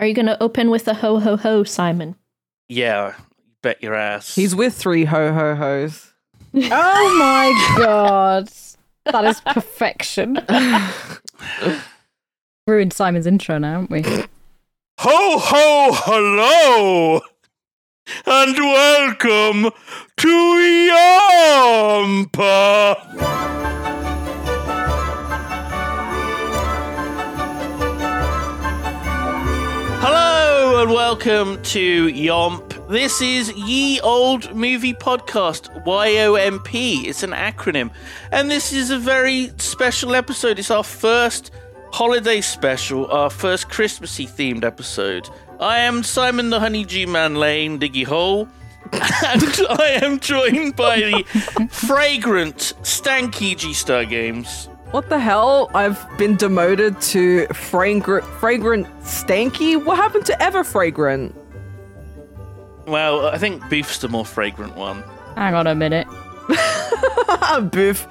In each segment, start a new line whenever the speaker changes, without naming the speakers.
Are you going to open with a ho ho ho, Simon?
Yeah, bet your ass.
He's with three ho ho ho's.
Oh my god. That is perfection. Ruined Simon's intro now, haven't we?
Ho ho hello! And welcome to Yampa! Hello and welcome to Yomp. This is Ye Old Movie Podcast, YOMP. It's an acronym. And this is a very special episode. It's our first holiday special, our first Christmassy themed episode. I am Simon the Honeydee Man Lane Diggy Hole. and I am joined by the fragrant, stanky G Star Games.
What the hell? I've been demoted to fragr- fragrant stanky. What happened to ever fragrant?
Well, I think Boof's the more fragrant one.
Hang on a minute.
Ah, Boof,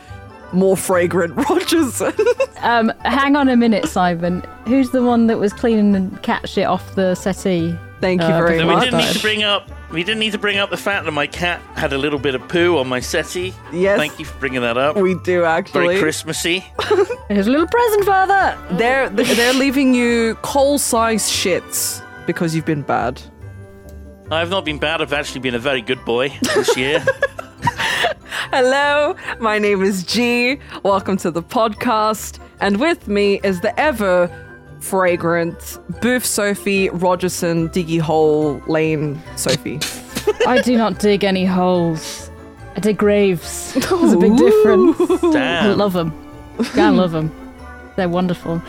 more fragrant Rogerson.
Um, hang on a minute, Simon. Who's the one that was cleaning the cat shit off the settee?
Thank you
Uh,
very
No,
No,
Well,
we
much.
didn't need
that's-
to bring up. We didn't need to bring up the fact that my cat had a little bit of poo on my settee.
Yes.
Thank you for bringing that up.
we do
Very
actually.
Christmassy.
Here's a little present for that.
They're they're leaving you coal-sized shits because you've been bad.
I've not been bad. I've actually been a very good boy this year.
Hello, my name is G. Welcome to the podcast. And with me is the ever fragrant Booth Sophie Rogerson Diggy Hole Lane Sophie.
I do not dig any holes. I dig graves. There's a big difference. I
Damn.
love them. I love them. They're wonderful.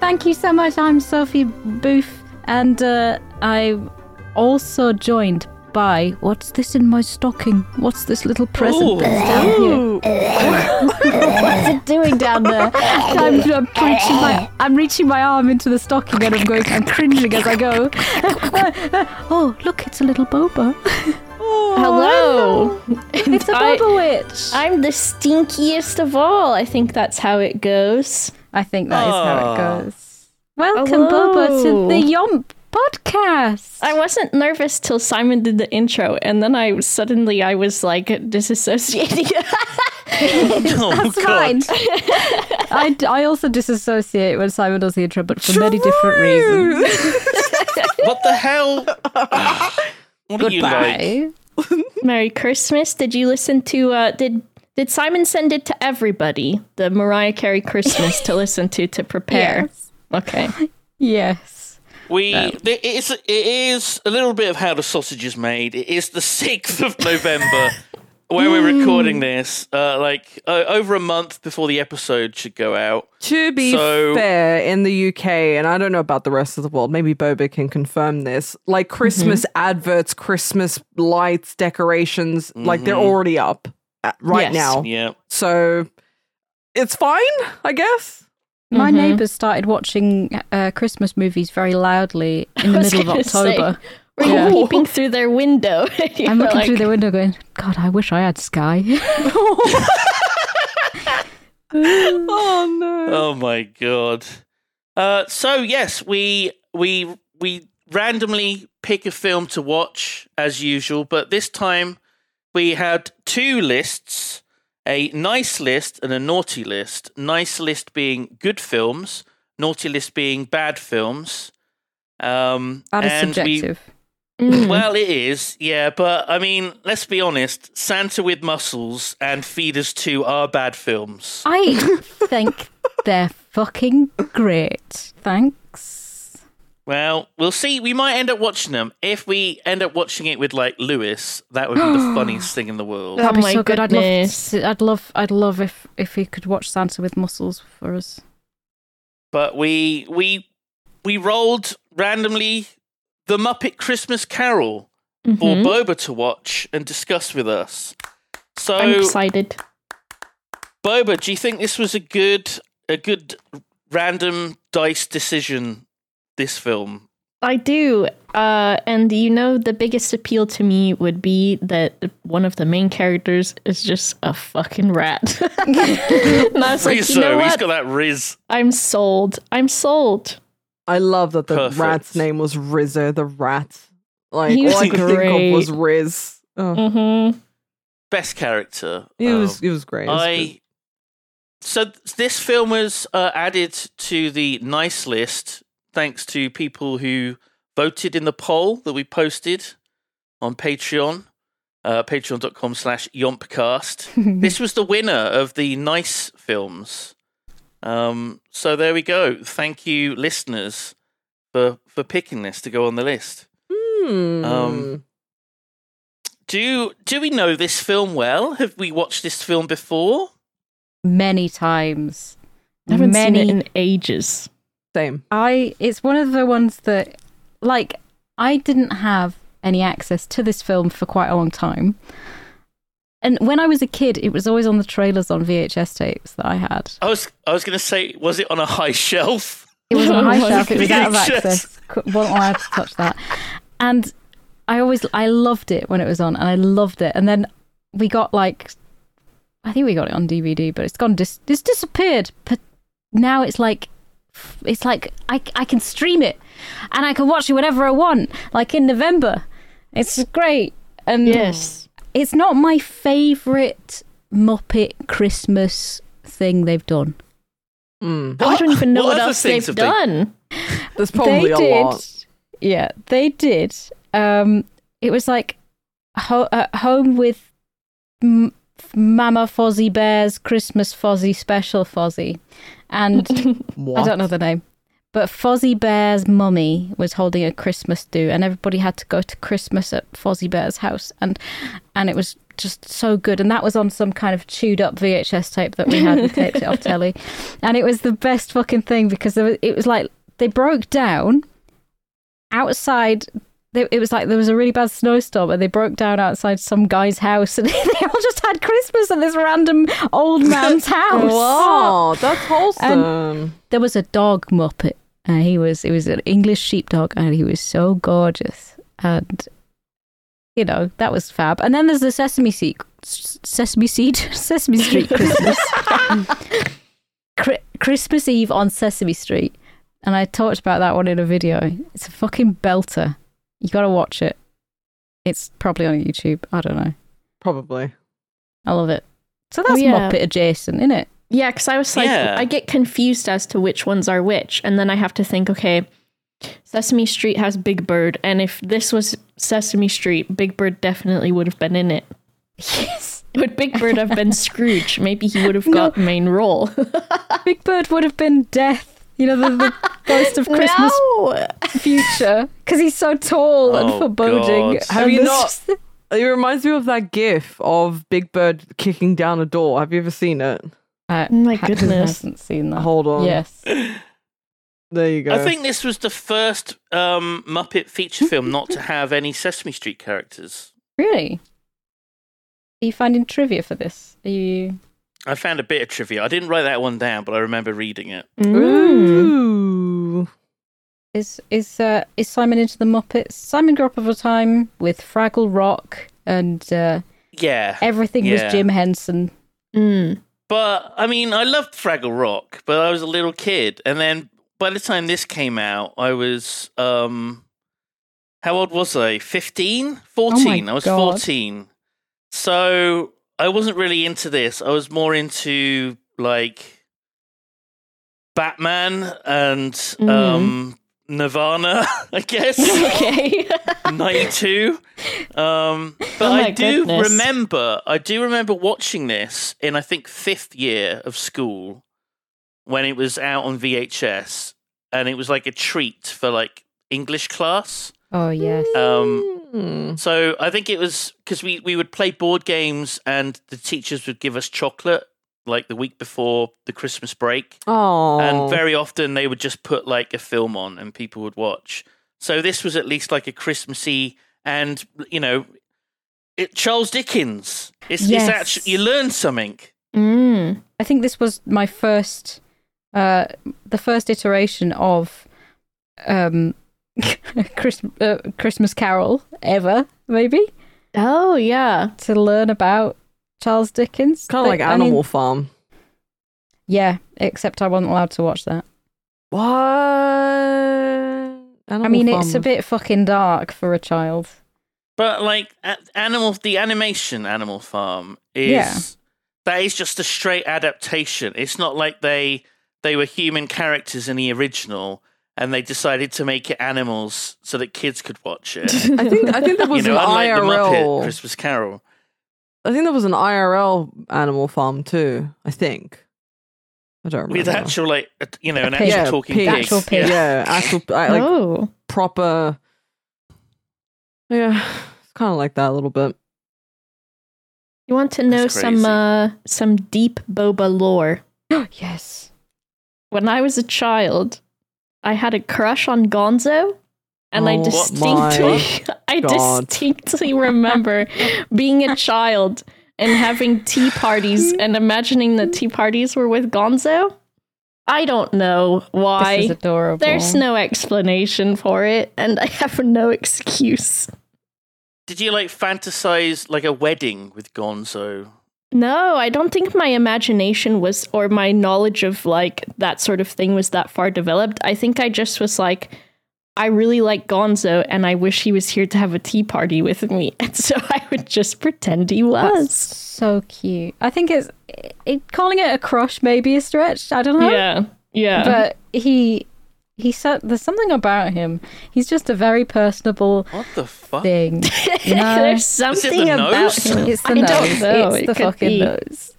Thank you so much. I'm Sophie Booth, and uh, I'm also joined by what's this in my stocking? What's this little present that's down here? what's it doing down there? I'm, I'm, reaching my, I'm reaching my arm into the stocking, and I'm going. I'm cringing as I go. oh, look! It's a little boba.
Oh, Hello.
It's a
I-
boba witch. I,
I'm the stinkiest of all. I think that's how it goes.
think that is how
Ah.
it goes. Welcome, Boba, to
Hello.
the Yomp podcast.
I wasn't nervous till Simon did the intro, and then I suddenly I was like disassociating.
Oh,
That's
God.
fine. I, I also disassociate when Simon does the intro, but for many different reasons.
What the hell? what are you like?
Bye.
Merry Christmas. Did you listen to? Uh, did Did Simon send it to everybody? The Mariah Carey Christmas to listen to to prepare. Okay.
Yes.
We th- it is it is a little bit of how the sausage is made. It is the sixth of November where
Mm.
we're recording this. Uh, like uh, over a month before the episode should go out.
to be
So-
fair, in the UK, and I don't know about the rest of the world, maybe Boba can confirm this, like Christmas adverts, Christmas lights, decorations, like they're already up uh, right
Yes.
now.
Mm-hmm. Yeah.
So it's fine, I guess.
My
Mhm.
neighbours started watching uh, Christmas movies very loudly in
I
the
was
middle of
gonna say,
October.
Were you
Yeah.
peeping through their window? You
I'm
were
looking through
like,
the window going, God, I wish I had Sky.
Oh no.
Oh my god. Uh, so yes, we we we randomly pick a film to watch as usual, but this time we had two lists: a nice list and a naughty list. Nice list being good films, naughty list being bad films. Um,
That is
and we-
subjective. Mm.
well, it is, yeah, but I mean, let's be honest. Santa with muscles and Feeders Two are bad films.
I think they're fucking great. Thanks.
Well, we'll see. We might end up watching them. If we end up watching it with like Lewis, that would be the funniest thing in the world.
Oh
That'd be
my
so good. I'd love. To,
goodness.
see- I'd love. I'd love if if he could watch Santa with muscles for us.
But we we we rolled randomly the Muppet Christmas Carol for
Mm-hmm.
Boba to watch and discuss with us. So
Oh.
I'm excited.
Boba, do you think this was a good a good random dice decision? This film,
I do. Uh, and you know, the biggest appeal to me would be that one of the main characters is just a fucking rat. and I was like, you
Rizzo,
know
he's
what?
got that Riz.
I'm sold. I'm sold.
I love that the
Perfect.
rat's name was Rizzo the rat. Like
He was
all I could think of
great.
was Riz. Oh,
Mm-hmm.
best character.
it
Um,
was it was great. It was
I so th- this film was uh, added to the nice list thanks to people who voted in the poll that we posted on Patreon, uh, patreon.com slash yompcast. this was the winner of the nice films. Um, so there we go. Thank you, listeners, for for picking this to go on the list.
good. Hmm.
Um, Do do we know this film well? Have we watched this film before?
Many times.
I haven't
many.
seen it in ages.
Same.
I. It's one of the ones that, like, I didn't have any access to this film for quite a long time. And when I was a kid, it was always on the trailers on VHS tapes that I had.
I was I was gonna say, was it on a high shelf?
It was on
Oh
high
my
shelf. It was out of
goodness.
access. Cou- wasn't allowed to touch that. And I always, I loved it when it was on, and I loved it. And then we got like, I think we got it on DVD, but it's gone. Dis- it's disappeared. But now it's like, it's like I, I can stream it, and I can watch it whenever I want. Like in November, it's great. And
Yes.
it's not my favorite Muppet Christmas thing they've done.
Mm-hmm. I don't even know
What
what,
other
else
things
they've
have they-
done.
There's probably a lot.
Yeah, they did. Um, it was like ho- at home with M- Mama Fozzie Bear's Christmas Fozzie Special Fozzie, and I don't know the name, but Fozzie Bear's mummy was holding a Christmas do, and everybody had to go to Christmas at Fozzie Bear's house, and and it was just so good, and that was on some kind of chewed up VHS tape that we had and taped it off telly, and it was the best fucking thing because there was, it was like they broke down outside. they- It was like there was a really bad snowstorm, and they broke down outside some guy's house, and they all just had Christmas at this random old man's house.
Oh, that's wholesome.
There was a dog muppet, and he was it was an English sheepdog, and he was so gorgeous, and you know that was fab. And then there's the Sesame Seed, Sesame Seed, Sesame Street Christmas, Cri- Christmas Eve on Sesame Street, and I talked about that one in a video. It's a fucking belter. You got to watch it. It's probably on YouTube. I don't know.
Probably.
I love it. So that's
yeah.
Muppet adjacent, isn't it?
Yeah, because I was like,
Yeah.
I get confused as to which ones are which, and then I have to think, okay, Sesame Street has Big Bird, and if this was Sesame Street, Big Bird definitely would have been in it.
Yes.
Would Big Bird have been Scrooge? Maybe he would have got main role.
Big Bird would have been death. You know, the, the ghost of Christmas
No! Oh
future. Because he's so tall and
Oh, God.
foreboding. And
Have you
there's
not-
just the-
It reminds me of that gif of Big Bird kicking down a door. Have you ever seen it?
Uh,
my
Patton
goodness.
hasn't seen that.
Hold on.
Yes.
There you go.
I think this was the first um, Muppet feature film not to have any Sesame Street characters.
Really? Are you finding trivia for this? Are you.
I found a bit of trivia. I didn't write that one down, but I remember reading it.
Mm.
Hmm.
Ooh.
Is is uh, is Simon into the Muppets? Simon grew up over time with Fraggle Rock and uh,
Yeah,
everything
Yeah.
was Jim Henson.
Mm.
but I mean, I loved Fraggle Rock, but I was a little kid, and then by the time this came out, I was um, how old was I? 15? 14. I was
God.
fourteen, so I wasn't really into this. I was more into like Batman and um, Nirvana, I guess.
Okay.
92. Um, but
Oh my
I do
goodness.
remember, I do remember watching this in, I think, fifth year of school when it was out on VHS. And it was like a treat for like English class.
Oh yes.
Um,
Hmm.
So I think it was because we, we would play board games and the teachers would give us chocolate like the week before the Christmas break.
Oh.
And very often they would just put like a film on and people would watch. So this was at least like a Christmassy and you know it Charles Dickens. It's
Yes.
it's actually you learn something.
Mm.
I think this was my first, uh, the first iteration of, um, Christ- uh, Christmas Carol ever, maybe
Oh yeah.
to learn about Charles Dickens.
kind of like
But, I
Animal
mean,
Farm.
yeah, except I wasn't allowed to watch that.
What? Animal
I mean,
Farm
it's a
was-
bit fucking dark for a child.
But like a- animal the animation Animal Farm is
Yeah.
that is just a straight adaptation. It's not like they they were human characters in the original and they decided to make it animals so that kids could watch it. you
I think I think there was
know,
an
unlike the Muppet
IRL.
Christmas Carol.
I think there was an IRL Animal Farm too. I think. I don't remember.
With actual, like, a- you know, an
pig.
actual
yeah,
talking
pig.
pig.
Actual pig.
Yeah.
Yeah, actual I, like
oh.
proper. Yeah, it's kind of like that a little bit.
You want to know
That's
some
crazy.
uh, some deep boba lore?
yes.
When I was a child, I had a crush on Gonzo, and I
Oh
distinctly I
God.
distinctly remember being a child and having tea parties and imagining that tea parties were with Gonzo. I don't know why.
This is adorable.
There's no explanation for it, and I have no excuse.
Did you like fantasize like a wedding with Gonzo?
No, I don't think my imagination was, or my knowledge of like that sort of thing was that far developed. I think I just was like, I really like Gonzo, and I wish he was here to have a tea party with me. And so I would just pretend he was.
so cute. I think it's it, calling it a crush maybe is stretched. I don't know.
Yeah, yeah.
but he he said there's something about him. He's just a very personable
What the fuck?
thing. No,
There's something
the
about
nose?
him.
it's the
I
nose.
don't know.
It's
It
the
could
fucking
be.
nose.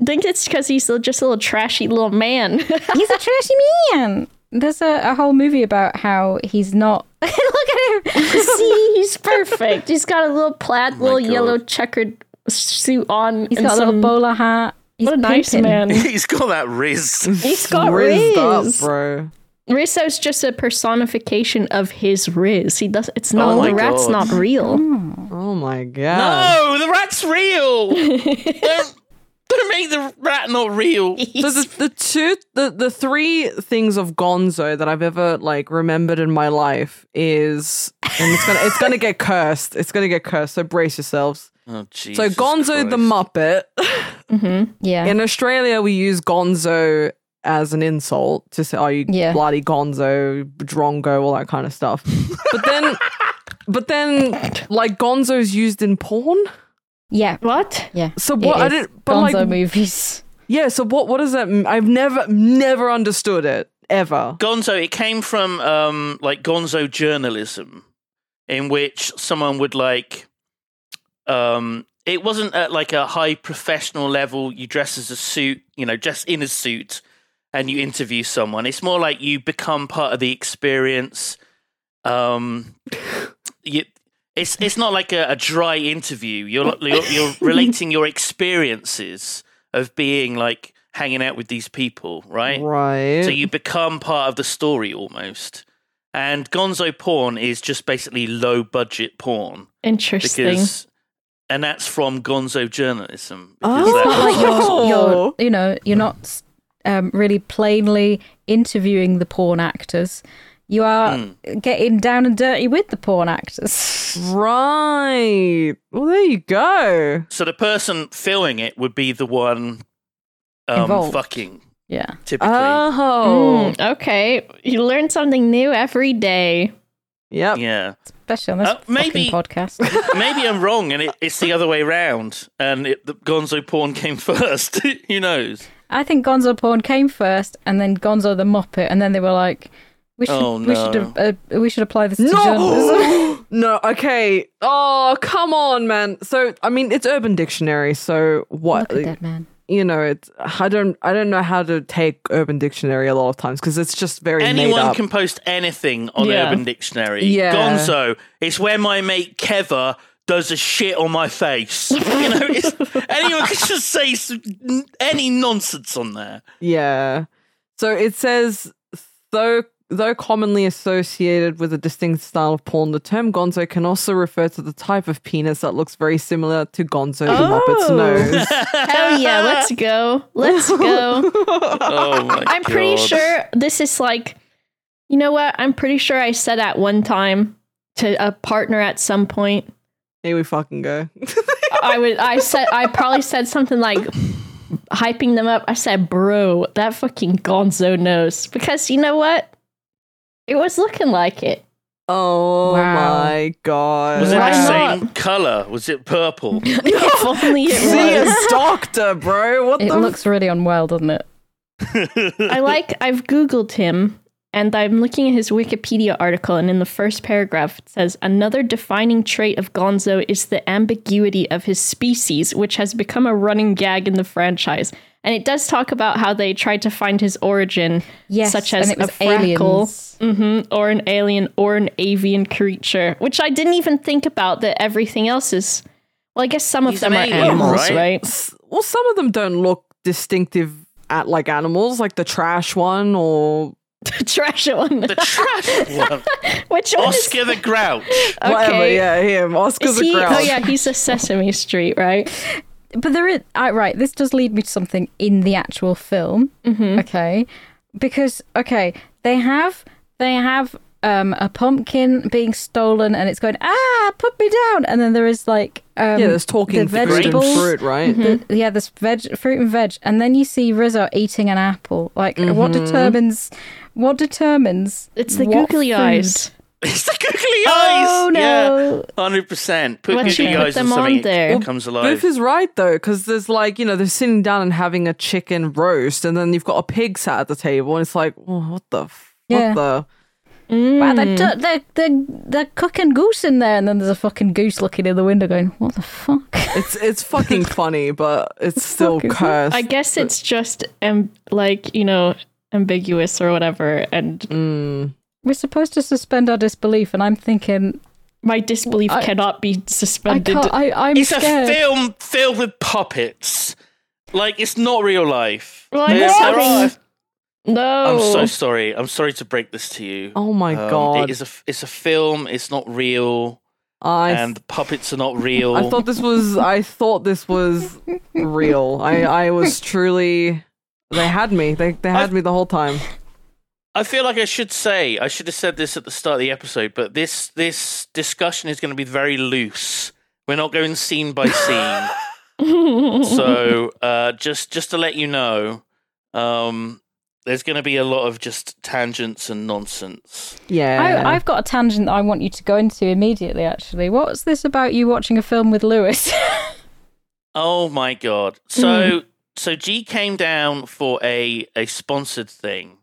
I think it's because he's just a little trashy little man.
He's a trashy man. There's a, a whole movie about how he's not. Look at him.
See, he's perfect. He's got a little plaid,
Oh my
little
God.
yellow checkered suit on.
He's
and
got a little
some-
bowler hat. He's
What a nice
pimping.
man.
He's got that riz.
He's got
Rizzed up,
Riz.
bro.
Rizzo's just a personification of his Riz. He does. It's not
Oh my
the rat's
God.
not real.
Oh my god.
No, the rat's real. don't, don't make the rat not real.
So the, the two the, the three things of Gonzo that I've ever like remembered in my life is and it's gonna it's gonna get cursed. It's gonna get cursed. So brace yourselves.
Oh, Jesus
so Gonzo the
Christ.
Muppet.
Yeah.
In Australia, we use gonzo as an insult to say, "Oh, you
Yeah.
bloody gonzo, drongo, all that kind of stuff." but then, but then, like gonzo's used in porn.
yeah.
What?
Yeah.
So
It
what? I
is.
didn't. But
Gonzo
like,
movies.
yeah. So what? What does that? m- I've never, never understood it ever.
Gonzo, it came from um, like Gonzo journalism, in which someone would like, um, it wasn't at like a high professional level. You dress as a suit, you know, dress in a suit, and you interview someone. It's more like you become part of the experience. Um, you, it's it's not like a, a dry interview. You're, you're you're relating your experiences of being like hanging out with these people, right?
Right.
So you become part of the story almost. And gonzo porn is just basically low budget porn
Interesting.
because, and that's from gonzo journalism. because
Oh.
that was-
You're-
Oh.
you're, you know, you're not um, really plainly interviewing the porn actors. You are getting down and dirty with the porn actors.
right. Well, there you go.
so the person filming it would be the one um,
Involved.
fucking
Yeah.
typically.
Oh.
Mm, okay, you learn something new every day.
Yep.
yeah,
Especially on this
Uh,
fucking
maybe-
podcast.
maybe I'm wrong, and it, it's the other way around, and it, the Gonzo porn came first. Who knows?
I think Gonzo Porn came first, and then Gonzo the Muppet, and then they were like, "We should,
Oh,
we should,
no.
uh, uh, we should apply this to journalism."
No, no. Okay. Oh, come on, man. So, I mean, it's Urban Dictionary. So what?
Look at that man.
You know, it's I don't I don't know how to take Urban Dictionary a lot of times because it's just very made
Anyone
up.
can post anything on
Yeah.
Urban Dictionary.
Yeah.
Gonzo, it's where my mate Keva does a shit on my face. you know, it's, anyone can just say some, any nonsense on there.
Yeah. So it says though though commonly associated with a distinct style of porn, the term gonzo can also refer to the type of penis that looks very similar to Gonzo the
Oh.
Muppet's nose.
Hell yeah, let's go. Let's go.
Oh my
I'm pretty
God.
sure this is like, you know what? I'm pretty sure I said at one time to a partner at some point.
Here we fucking go.
I would. I said. I probably said something like hyping them up. I said, "Bro, that fucking Gonzo knows," because you know what? It was looking like it.
Oh
Wow.
my god.
Was it
Why
the
not?
same color? Was it purple?
if only
See
it was.
a doctor, bro. What
It
the
looks really unwell, doesn't it?
I like. I've googled him. And I'm looking at his Wikipedia article, and in the first paragraph, it says Another defining trait of Gonzo is the ambiguity of his species, which has become a running gag in the franchise. And it does talk about how they tried to find his origin, such as
and it was
a freckle. hmm or an alien or an avian creature, which I didn't even think about that everything else is. Well, I guess some of
He's
them
an
are
alien,
animals,
right?
right?
Well, some of them don't look distinctive at like animals, like the trash one or
The trash one.
the trash one.
which one is-
Oscar the Grouch.
whatever.
Okay.
Yeah, him. Oscar's
is
a
he?
grouch.
Oh yeah, he's a Sesame Street, right?
But there is I, right. This does lead me to something in the actual film.
Mm-hmm.
Okay, because okay, they have they have um, a pumpkin being stolen, and it's going ah, put me down, and then there is like um,
Yeah, there's talking
the
fruit and
vegetables.
fruit, right?
Mm-hmm.
the- yeah, this veg, fruit and veg, and then you see Rizzo eating an apple. Like, what
Mm-hmm.
determines? What determines?
It's the
what
googly
food-
eyes.
It's the googly eyes.
Oh no!
Yeah, hundred percent. Put
Once you
googly
put
eyes on
them on
something,
there-
it comes alive.
Booth is right though, because there's like you know they're sitting down and having a chicken roast, and then you've got a pig sat at the table, and it's like, oh, what the, f-
Yeah.
what the?
Wow,
Mm.
they're, du- they're, they're, they're cooking goose in there, and then there's a fucking goose looking in the window, going, "What the fuck?"
It's it's fucking funny, but it's still
fuck is it?
cursed.
I guess it's just um, like you know ambiguous or whatever, and
Mm.
We're supposed to suspend our disbelief, and I'm thinking,
my disbelief
I-
cannot be
I
suspended.
can't. I, I'm
it's
scared.
a film filled with puppets. Like it's not real life.
Well, I
There's-
guess
there are-
having- no,
I'm so sorry. I'm sorry to break this to you.
Oh my
Um,
god!
It is a f- it's a film. It's not real,
I
and the puppets are not real.
I thought this was I thought this was real. I I was truly they had me. They they had me the whole time.
I feel like I should say I should have said this at the start of the episode, but this this discussion is going to be very loose. We're not going scene by scene, so uh, just just to let you know, um, there's going to be a lot of just tangents and nonsense.
Yeah.
I, I've got a tangent that I want you to go into immediately. Actually, what's this about you watching a film with Lewis?
Oh my god! So so G came down for a a sponsored thing,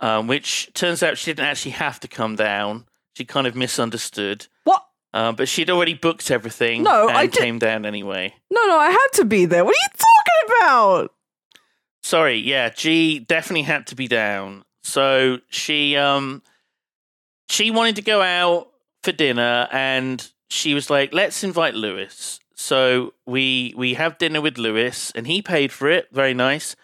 um, which turns out she didn't actually have to come down. She kind of misunderstood.
what?
Um, but she'd already booked everything.
No,
and
I did-
came down anyway.
No, no, I had to be there. What are you talking about?
Sorry, yeah, G definitely had to be down. So she um she wanted to go out for dinner and she was like, "Let's invite Lewis." So we we have dinner with Lewis and he paid for it. Very nice.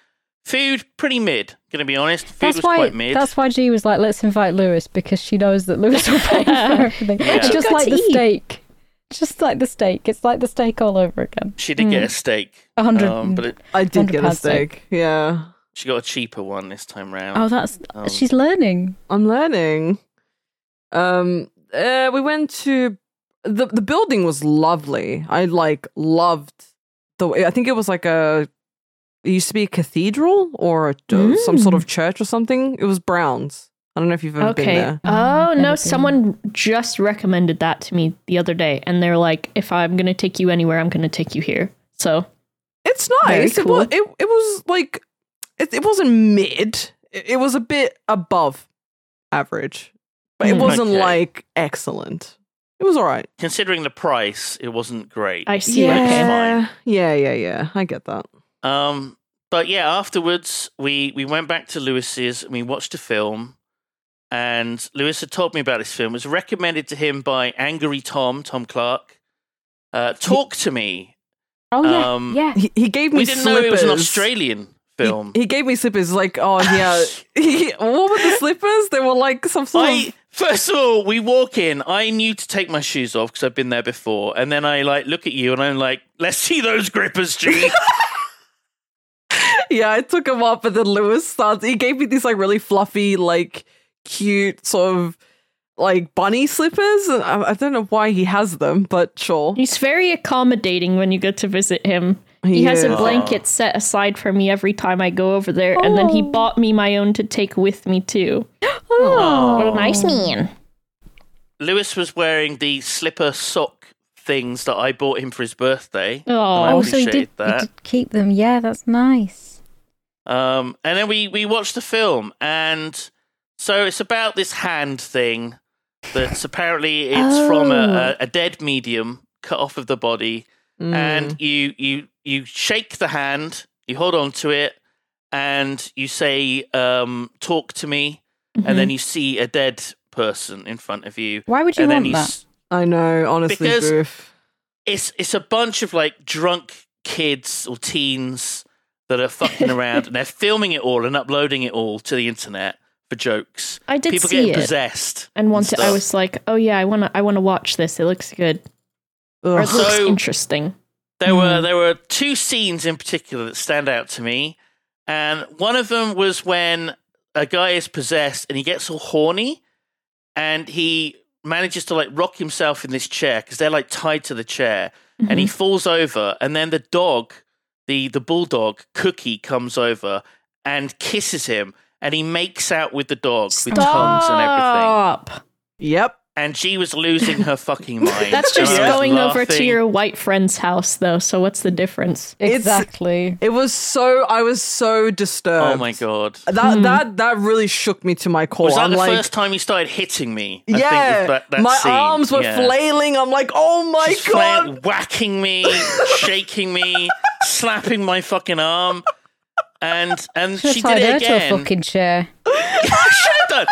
Food pretty mid, going to be honest. Food
that's
was
why.
quite mid.
That's why G was like, "Let's invite Lewis" because she knows that Lewis will pay for everything.
Yeah.
Just
Got
like
to
the
eat.
steak. Just like the steak. It's like the steak all over again.
she did get a steak.
Mm. A hundred
um,
and-
but it,
I did
100
get a
pound
steak. Yeah.
she got a cheaper one this time round.
Oh, that's
Um,
she's learning.
I'm learning. Um uh, we went to the the building was lovely. I like loved the way I think it was like a it used to be a cathedral or a, some sort of church or something. It was Brown's. I don't know if you've ever been
Mm. Okay.
there.
Oh,
I've never
no,
been.
someone just recommended that to me the other day and they're like if I'm going to take you anywhere, I'm going to take you here. So,
It's
Very
nice. It,
cool.
was, it, it was like it, it wasn't mid. It, it was a bit above average, but it
Mm.
wasn't
Okay.
like excellent. It was all right.
Considering the price, it wasn't great.
I see.
Yeah.
Okay.
yeah, yeah, yeah. I get that.
Um, but yeah, afterwards we we went back to Lewis's and we watched a film. And Lewis had told me about this film. It was recommended to him by Angry Tom, Tom Clark. Uh, Talk to me.
Oh yeah,
Um,
yeah.
He, he gave me.
We didn't know it was an
slippers.
Australian film.
He, he gave me slippers. Like, oh yeah. he, what were the slippers? They were like some sort of.
I first of all, we walk in. I knew to take my shoes off because I've been there before, and then I like look at you and I'm like, "Let's see those grippers, G."
Yeah, I took him up, and then Lewis starts. He gave me these like really fluffy, like cute sort of like bunny slippers. And I, I don't know why he has them, but sure.
He's very accommodating when you go to visit him. He has a
Yeah.
blanket set aside for me every time I go over there, and then he bought me my own to take with me too.
Oh.
nice man.
Lewis was wearing the slipper sock things that I bought him for his birthday. and I
Oh,
Oh, so you did,
appreciated
you
that.
did keep them. Yeah, that's nice.
Um, and then we we watched the film, and so it's about this hand thing that's apparently it's from
Oh.
a, a, a dead medium cut off of the body,
Mm.
and you you you shake the hand, you hold on to it, and you say, um, "Talk to me," and then you see a dead person in front of you.
Mm-hmm. Why would you
and then
want
you
that?
s-
I know, honestly,
Because-
Boof.
it's it's a bunch of like drunk kids or teens that are fucking around and they're filming it all and uploading it all to the internet for jokes.
I did
People
see
getting
it.
possessed
And once I
stuff.
was like, oh yeah, I wanna, I wanna watch this. It looks good. Or it
Ugh.
looks
So-
interesting.
There
Hmm.
were there were two scenes in particular that stand out to me, and one of them was when a guy is possessed and he gets all horny, and he manages to like rock himself in this chair because they're like tied to the chair, and
Mm-hmm.
he falls over, and then the dog, the the bulldog Cookie comes over and kisses him, and he makes out with the dog with tongues and everything,
Stop.
Yep.
and she was losing her fucking mind.
That's
And I was
just going over to
laughing.
your white friend's house, though. So what's the difference?
Exactly. It was so. I was so disturbed.
Oh my god.
That that that really shook me to my core.
Was that
I'm
the
like,
first time you started hitting me? I think
yeah,
was that, that
my
scene.
arms were
yeah.
flailing. I'm like, oh my
Just
god.
flail- whacking me, shaking me, slapping my fucking arm, and and she
tied
did
her
it
to a
again.
fucking chair.
Done.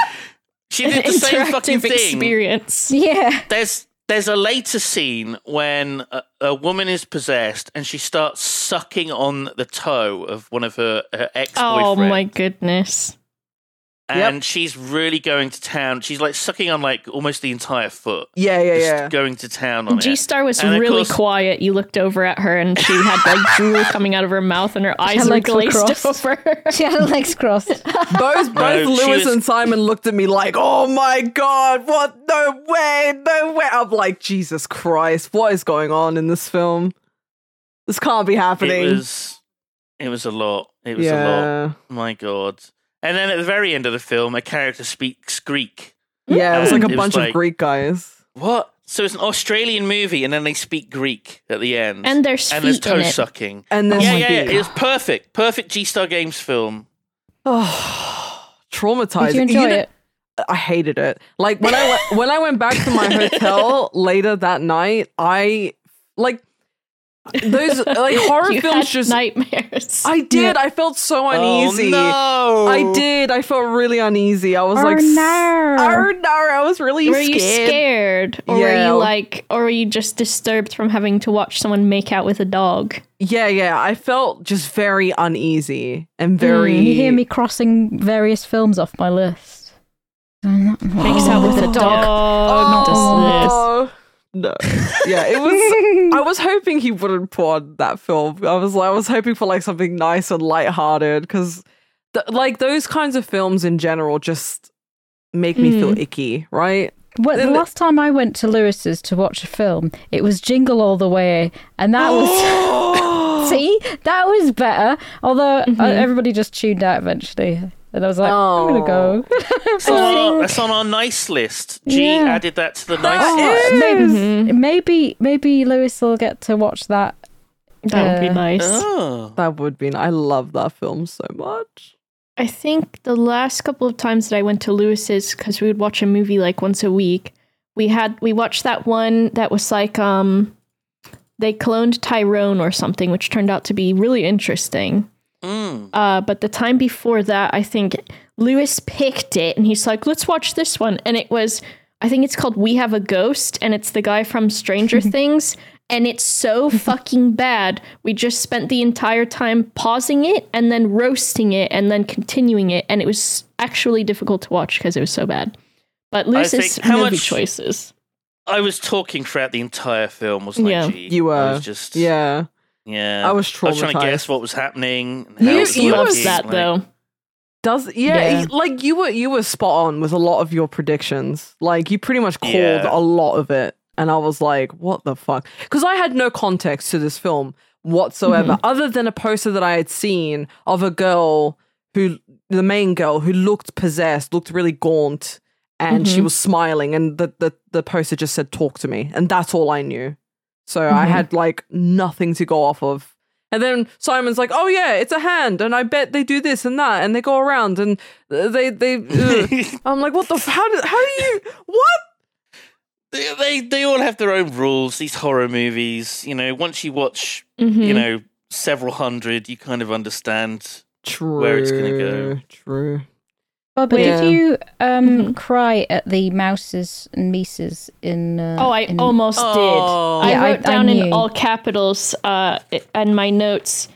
she did the same fucking
Interactive
thing.
experience.
Yeah.
There's there's a later scene when a, a woman is possessed and she starts sucking on the toe of one of her, her ex boyfriends.
Oh my goodness.
And she's really going to town. She's like sucking on like almost the entire foot.
Yeah, yeah,
Just
yeah.
going to town on
G
it.
Star was
Oh, And of
really
course-
quiet. You looked over at her, and she had like drool coming out of her mouth, and her eyes were
legs were
glazed
crossed.
over.
She had her legs crossed.
Both both
she
Lewis
was-
and Simon looked at me like, "Oh my god, what? No way, no way!" I'm like, "Jesus Christ, what is going on in this film? This can't be happening."
It was it was a lot. It was a lot.
yeah,
My God. And then at the very end of the film, a character speaks Greek.
yeah, it was like a
It was
bunch
like-
of Greek guys.
What? So it's an Australian movie, and then they speak Greek at the end.
And there's
and there's
feet in
toe
it.
sucking.
And then
yeah,
like,
yeah, yeah. It was perfect. Perfect G Star Games film.
oh, traumatized.
Did you enjoy
know-
it?
I hated it. Like when I went, when I went back to my hotel later that night, I like those like horror
you had
films just.
nightmares.
I did. I felt so uneasy.
Oh, no.
I did. I felt really uneasy. I was
Oh,
like, s-
no.
oh no. I was really
were
scared.
you scared, or
Yeah.
were you like, or were you just disturbed from having to watch someone make out with a dog?
Yeah, yeah. I felt just very uneasy and very.
You hear me crossing various films off my list.
Makes out with a dog. does
Oh, no. Yeah, it was. I was hoping he wouldn't pour on that film. I was, I was hoping for like something nice and lighthearted because, th- like, those kinds of films in general just make me feel icky, right?
Well, the last time I went to Lewis's to watch a film, it was Jingle All the Way, and that was see that was better. Although uh, everybody just tuned out eventually, and I was like, I'm gonna go.
That's on, our, that's on our nice list. G
Yeah.
added that to the nice
is-
list.
maybe, maybe maybe Lewis will get to watch that
That would
Uh,
be nice.
Oh.
That would be. I love that film so much.
I think the last couple of times that I went to Lewis's because we would watch a movie like once a week. We had we watched that one that was like um they cloned Tyrone or something, which turned out to be really interesting.
Mm.
Uh, but the time before that, I think Lewis picked it and he's like, "Let's watch this one," and it was I think it's called We Have a Ghost, and it's the guy from Stranger Things. And it's so fucking bad. We just spent the entire time pausing it and then roasting it and then continuing it. And it was actually difficult to watch because it was so bad. But Lewis's
think- how
movie
much-
choices.
I was talking throughout the entire film, wasn't
Yeah.
I? G?
You
I
were.
was just
Yeah.
yeah.
I was
trying to guess
traumatized.
what was happening. and how it
You-
Lewis
was
you were-
loves
working,
that
like-
though.
Does yeah,
Yeah.
he- like you were you were spot on with a lot of your predictions. Like you pretty much called
Yeah.
a lot of it, and I was like, "What the fuck?" Because I had no context to this film whatsoever, other than a poster that I had seen of a girl who, the main girl, who looked possessed, looked really gaunt, and she
Mhm.
was smiling, and the the the poster just said, "Talk to me," and that's all I knew. So I
Mhm.
Mm-hmm.
had like nothing to go off of. And then Simon's like, "Oh yeah, it's a hand, and I bet they do this and that, and they go around, and uh, they they." ugh." I'm like, "What the? F- how do how do you what?"
They, they they all have their own rules. These horror movies, you know, once you watch,
Mhm.
you know, several hundred, you kind of understand.
True.
it's gonna go.
True.
Bobby,
Yeah.
did you um
Mhm.
cry at the mouses and mices in? Uh,
Oh, I
in-
almost
Oh.
did. I
Yeah, I-
wrote
I
down in
knew.
all capitals uh, i- and my notes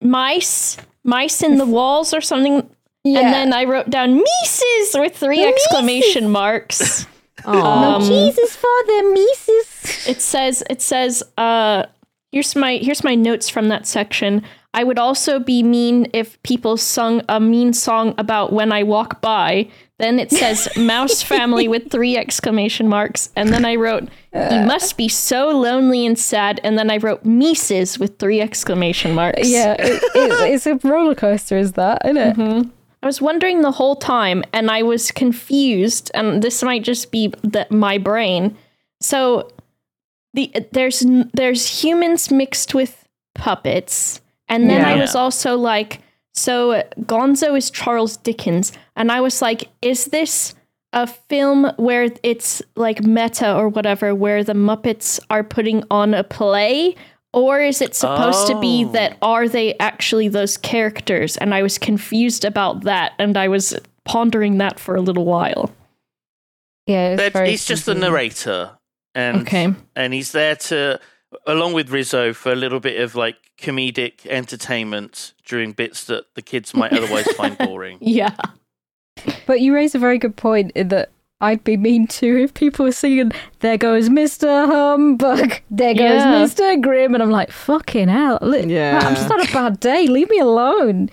mice, mice in the walls or something.
Yeah.
And then I wrote down Mises with three exclamation marks.
Oh,
Aw.
Um,
Jesus for the mices.
it says it says uh here's my here's my notes from that section i would also be mean if people sung a mean song about when i walk by then it says mouse family with three exclamation marks and then i wrote you must be so lonely and sad and then i wrote mises with three exclamation marks
Yeah, it, it, it's a roller coaster, is that? Isn't it?
I was wondering the whole time, and I was confused. And this might just be the, my brain. So the there's n- there's humans mixed with puppets, and then I
Yeah.
was also like, so uh, Gonzo is Charles Dickens, and I was like, is this a film where it's like meta or whatever, where the Muppets are putting on a play? Or is it supposed to be
Oh.
that are they actually those characters? And I was confused about that, and I was pondering that for a little while.
Yeah, it's,
That-
very
he's just the
confusing.
narrator, and
Okay.
and he's there to, along with Rizzo, for a little bit of like comedic entertainment during bits that the kids might otherwise find boring.
Yeah.
But you raise a very good point in that I'd be mean too if people were singing, There Goes Mr. Humbug, There Goes
Yeah.
Mr. Grimm. And I'm like, fucking hell. Li-
Yeah.
I'm just had a bad day. Leave me alone.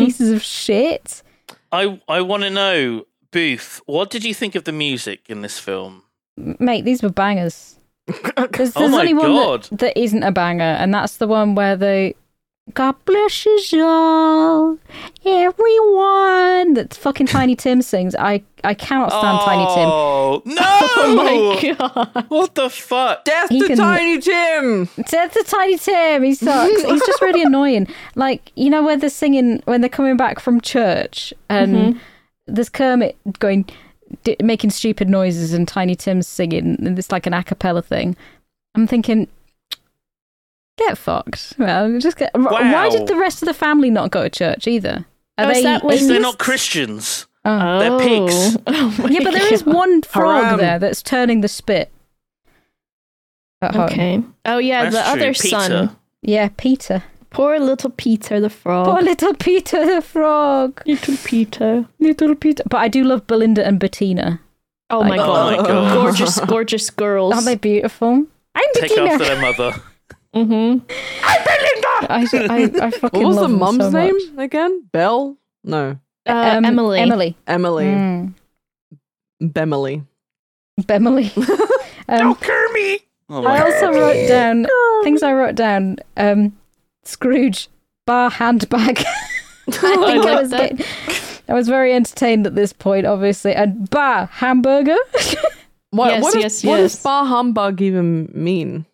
Pieces of shit.
I I want to know, Booth, what did you think of the music in this film?
Mate, these were bangers. There's,
Oh
there's
my
only one
God.
that, that isn't a banger, and that's the one where the God blesses all, everyone. That fucking Tiny Tim sings. I, I cannot stand Tiny Tim.
Oh no!
Oh my god.
What the fuck?
Death
He
to
can-
Tiny Tim.
Dead to Tiny Tim. He sucks. He's just really annoying. Like you know when they're singing when they're coming back from church and
Mm-hmm.
there's Kermit going d- making stupid noises and Tiny Tim's singing and it's like an a cappella thing. I'm thinking, get fucked. Well, just get. Why
Wow.
did the rest of the family not go to church either? Are
Oh, is that what-
If they're
Isn't
not
this-
Christians,
Oh.
They're pigs.
Oh my
yeah, but there is
God.
one frog
Haram.
there that's turning the spit. At home.
Okay. Oh yeah,
That's
the
true,
other
Peter.
son.
Yeah, Peter.
Poor little Peter the frog.
Poor little Peter the frog.
little Peter.
Little Peter. But I do love Belinda and Bettina.
Oh my
Like-
Oh
god.
my God.
Gorgeous, gorgeous girls.
Aren't they beautiful? I'm
take
Bettina.
after their mother.
mm-hmm.
I, I, I fucking
What was the
love them
mum's
so
name
much.
again? Belle? No,
uh,
Um,
Emily.
Emily.
Emily.
Mm.
Bemily.
Emily. um,
Curse me! Oh my
I
god.
also wrote down things I wrote down. Um, Scrooge, bar handbag. I think I
like
was
that.
getting- I was very entertained at this point, obviously. And bar hamburger.
What,
Yes,
what, does-
yes,
what does
yes.
bar humbug even mean?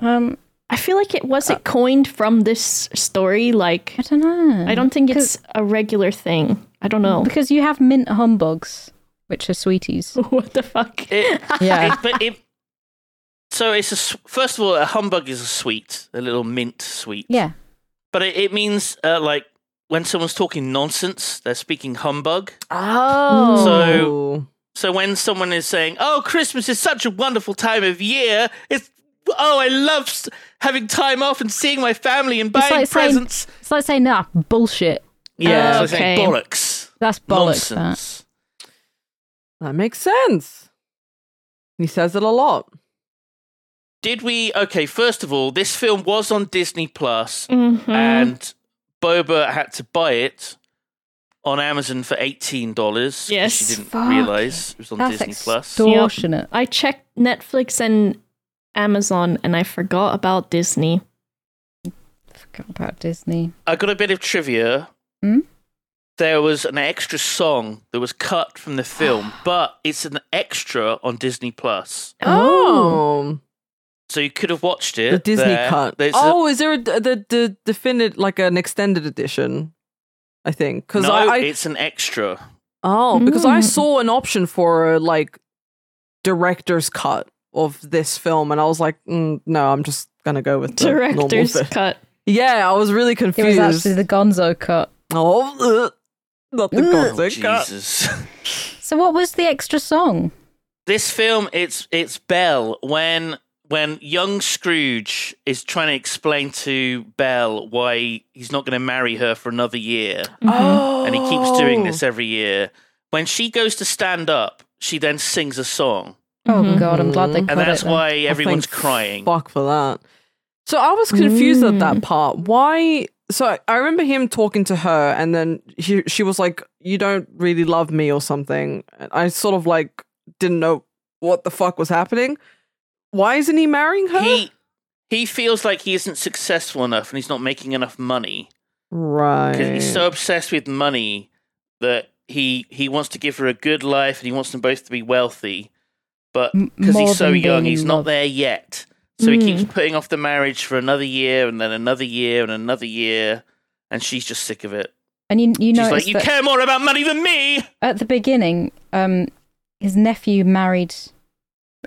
um,
I feel like it was
Uh,
it coined from this story. Like
I don't know.
I don't think it's a regular thing. I don't know.
because you have mint humbugs, which are sweeties.
what the fuck?
It,
Yeah.
it- but it, so it's a s- first of all, a humbug is a sweet, a little mint sweet.
Yeah.
But it, it means uh, like when someone's talking nonsense, they're speaking humbug.
Oh.
So- So when someone is saying, "Oh, Christmas is such a wonderful time of year," it's oh, I love s- having time off and seeing my family and buying
like saying-
presents.
It's like saying, nah, bullshit.
yeah, so
Oh,
it's like
okay.
bollocks,
That's bollocks. that.
nonsense.
that makes sense. He says it a lot.
Did we? Okay, first of all, this film was on Disney Plus,
Mm-hmm.
Mhm.
and Boba had to buy it on Amazon for eighteen dollars.
Yes.
she didn't
Fuck.
realize it was on
That's
Disney Plus.
Extortionate.
I checked Netflix and Amazon, and I forgot about Disney.
Forgot about Disney.
I got a bit of trivia.
Hmm?
There was an extra song that was cut from the film, but it's an extra on Disney Plus,
Oh.
so you could have watched it.
The Disney
there.
cut.
There's a-
oh, is there a, the the definite like an extended edition? I think because
no,
I, I
it's an extra.
Oh, because I
Mm.
saw an option for uh, like director's cut of this film, and I was like, mm, no, I'm just gonna go with the normal
Director's
bit.
cut.
Yeah, I was really
It was
confused.
actually the Gonzo cut.
oh, ugh, not the
Ugh.
Oh,
Gothic cut.
Jesus.
So what was the extra song?
this film it's it's Belle when when young Scrooge is trying to explain to Belle why he's not going to marry her for another year
Oh,
and he keeps doing this every year when she goes to stand up she then sings a song
Oh
Mhm.
god, I'm glad they
And
cut
and that's
it. then.
why
Oh,
everyone's
thank
crying
Fuck for that. So I was confused at that part. Why? So I, I remember him talking to her, and then he, she was like, "You don't really love me" or something. And I sort of like didn't know what the fuck was happening. Why isn't he marrying her?
he he feels like he isn't successful enough and he's not making enough money because
right.
he's
Oh.
so obsessed with money that he he wants to give her a good life and he wants them both to be wealthy but
M-
because
more
he's so
than being
young
in
he's not
love.
there yet so he
Mm.
keeps putting off the marriage for another year and then another year and another year and she's just sick of it
And you you
she's
know
like you care more about money than me
at the beginning, um, his nephew married,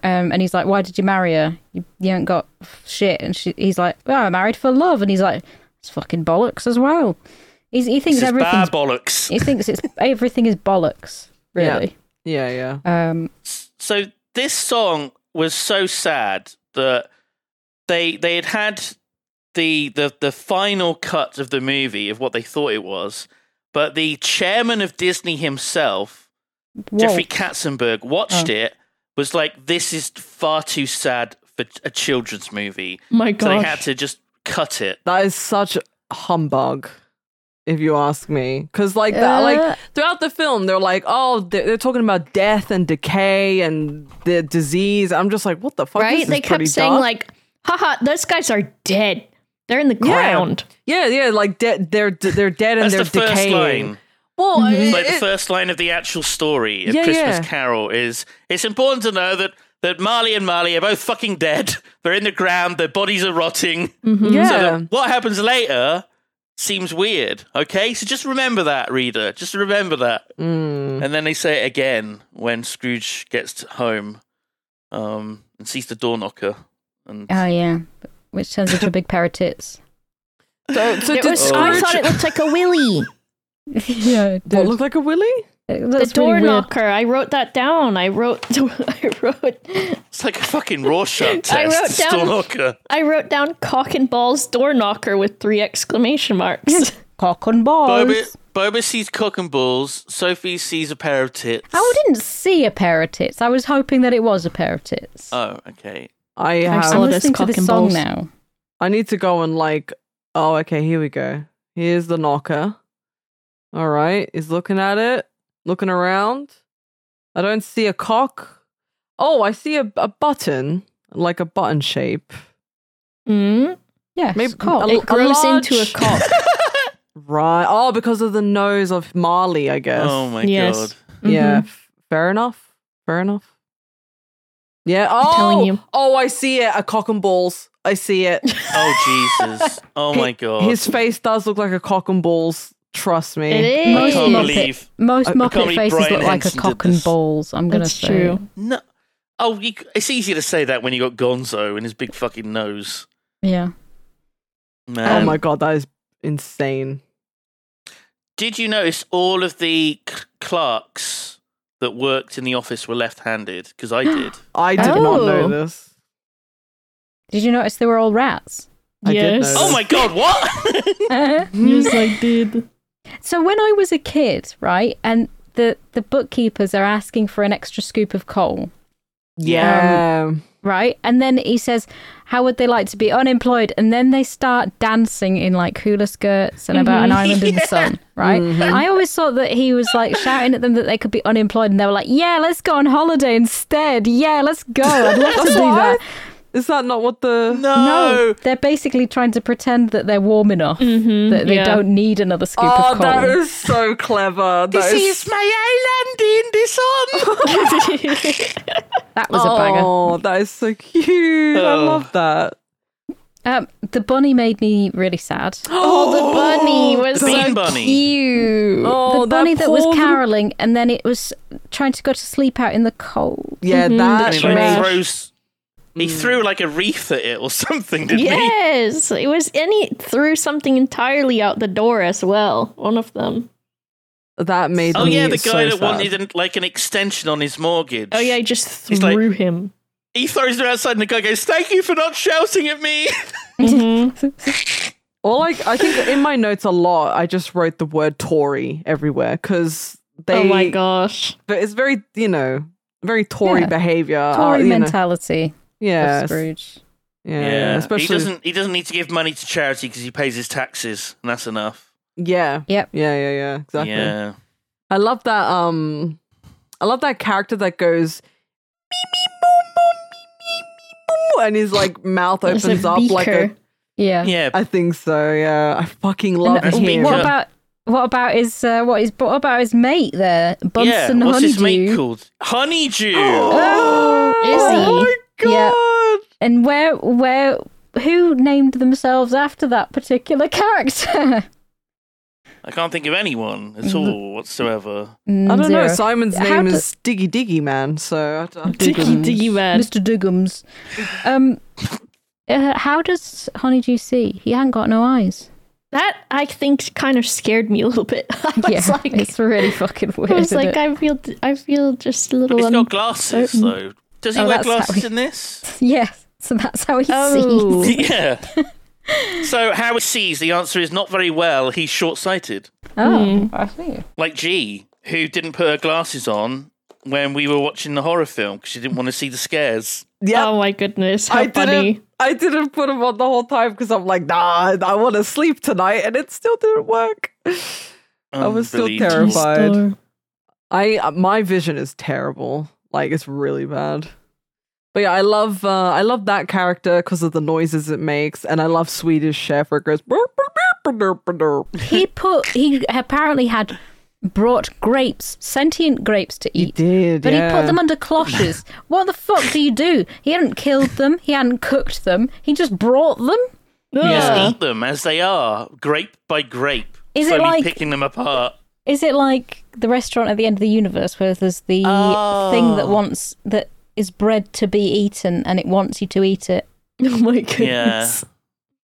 um, and he's like, "Why did you marry her? You, you ain't got shit." And she, he's like, "Well, I married for love," and he's like, "It's fucking bollocks as well." He's, he
this
thinks
is bar
everything's
bollocks
he thinks it's everything is bollocks,
Yeah.
really.
yeah, yeah.
Um,
so this song was so sad that they they had had the the the final cut of the movie of what they thought it was, but the chairman of Disney himself,
whoa.
Jeffrey Katzenberg, watched it was like this is far too sad for a children's movie,
My
so they
God.
had to just cut it.
That is such humbug, if you ask me. Because like that,
Uh.
like throughout the film, they're like, oh, they're, they're talking about death and decay and the disease. I'm just like, what the fuck? This
right?
is
They
pretty
kept saying
dark.
like, "Haha, those guys are dead. They're in the ground."
yeah, yeah, like de- they're they're dead and
That's
they're
the first
decaying.
line.
Well,
Mm-hmm.
It's
it-
like the
it-
first line of the actual story of
Yeah,
Christmas
yeah.
Carol is it's important to know that that Marley and Marley are both fucking dead. They're in the ground, their bodies are rotting. So
yeah.
that what happens later seems weird. Okay? So just remember that, reader. Just remember that.
Mm.
And then they say it again when Scrooge gets to home um, and sees the door knocker. And
Oh yeah, which turns into a big pair of tits.
So, so
It
did
Oh.
was, I
Scrooge-
thought it looked like a willy.
yeah, it
what
did.
looked like a willy?
It
the
looks
door
really weird.
knocker. I wrote that down. I wrote. I wrote.
it's like a fucking Rorschach test.
I wrote
it's door
down-
knocker.
I wrote down cock and balls door knocker with three exclamation marks.
cock and balls.
Boba, Boba sees cock and balls. Sophie sees a pair of tits.
Oh, I didn't see a pair of tits. I was hoping that it was a pair of tits.
Oh, okay.
I
I'm
have.
I'm
Oh, there's
listening to
cock
this
and
song
balls.
now.
I need to go and like, oh, okay, here we go. Here's the knocker. All right, he's looking at it, looking around. I don't see a cock. Oh, I see a, a button, like a button shape.
Mm.
Yeah,
Maybe-
it's cock.
a-
It grows
large-
into a cock.
Right. Oh, because of the nose of Marley, I guess.
Oh my
Yes.
god.
Yeah. f- Fair enough. Fair enough. Yeah. Oh,
telling you.
oh, I see it. A cock and balls. I see it.
Oh Jesus! Oh my God!
His face does look like a cock and balls. Trust me.
Mm-hmm. It is.
I
Most
can't
Muppet,
believe.
most
I- I can't
Muppet
believe
faces
Brian
look like a
Henson
cock
did
and
this.
balls. I'm gonna
That's
say
true.
No. Oh, you, c- it's easy to say that when you got Gonzo and his big fucking nose.
Yeah.
Man.
oh my god, that is insane.
Did you notice all of the c- clerks that worked in the office were left-handed? Because I did.
I did not know
Oh.
this.
Did you notice they were all rats?
I did
yes.
know
oh my God! What?
Yes, I did.
Uh-huh. So when I was a kid, right, and the the bookkeepers are asking for an extra scoop of coal,
Yeah.
right? And then he says, "How would they like to be unemployed?" And then they start dancing in like hula skirts and about an island in the sun, right? I always thought that he was like shouting at them that they could be unemployed, and they were like, "Yeah, let's go on holiday instead. Yeah, let's go. I'd love to do that."
is that not what the
no.
No, they're basically trying to pretend that they're warm enough that they
yeah.
don't need another scoop
Oh,
of coal.
that is so clever. That
This is my island in the sun.
that was a banger.
Oh, that is so cute. I
Oh.
love that.
Um, the bunny made me really sad.
Oh, the bunny was
the
so
bean bunny.
cute.
Oh,
the bunny that was caroling and then it was trying to go to sleep out in the cold.
Yeah,
Mm-hmm.
And
that's
he, like,
right.
throws, he threw like a wreath at it or something, didn't he?
Yes, it was. And he threw something entirely out the door as well. One of them.
That made
Oh
me
yeah, the guy
so
that
sad.
wanted an, like an extension on his mortgage.
Oh yeah, he just
He's
threw him.
he throws it outside, and the guy goes, "Thank you for not shouting at me."
Or like, I think in my notes a lot, I just wrote the word Tory everywhere because they.
oh my gosh.
But it's very, you know, very Tory
Yeah.
behavior.
Tory
uh, you know.
mentality
Yeah.
of Scrooge.
Yeah.
he
Especially.
doesn't. He doesn't need to give money to charity because he pays his taxes, and that's enough.
Yeah.
Yep.
Yeah. Yeah. Yeah. Exactly.
Yeah.
I love that. Um, I love that character that goes. "Mee, mee, moo, moo, mee, mee, mee, moo," And his like mouth
It's a
opens up like a.
beaker.
Yeah.
Yeah.
I think so. Yeah, I fucking love
That's
him.
beaker.
What about what about his uh, what is what about his mate there?
yeah.
Bunsen
What's
Honeydew.
his mate called? Honeydew.
Oh, is
he? Yeah. And where where who named themselves after that particular character?
I can't think of anyone
Mm-hmm.
at all whatsoever.
I don't know.
Zero.
Simon's
How
name
do-
is Diggy Diggy Man, so I, I
Diggy Diggy Man.
Mr. Diggums. Um, uh, how does Honeydew see? He ain't got no eyes.
That I think kind of scared me a little bit. I was
yeah,
like,
it's really fucking weird.
I was
isn't
like,
it?
I feel, I feel just a little.
He's
un-
got glasses though. Does he
um, Oh,
wear
that's how
glasses
he-
in this?
yeah. So that's how he
Oh.
sees.
yeah. so how it sees? The answer is not very well. He's short-sighted,
Hmm.
Oh, I see.
like G, who didn't put her glasses on when we were watching the horror film because she didn't want to see the scares.
Yeah,
Oh my goodness, how
I
funny!
didn't. I didn't put him on the whole time because I'm like, nah, I want to sleep tonight, and it still didn't work. I was still
Unbelievable.
terrified. Terrified.
Store.
I uh, my vision is terrible. Like it's really bad. But yeah, I love uh, I love that character because of the noises it makes, and I love Swedish Chef where it goes. "Burp, burp, burp, burp, burp, burp."
He put. He apparently had brought grapes, sentient grapes to
He
eat.
did,
But
yeah.
he put them under cloches. what the fuck do you do? He hadn't killed them. He hadn't cooked them. He just brought them.
You just
Ugh.
eat them as they are, grape by grape.
Is it
slowly
like-
picking them apart?
Is it like the restaurant at the end of the universe where there's the thing that wants that is bred to be eaten and it wants you to eat it
Oh my goodness!
Yeah.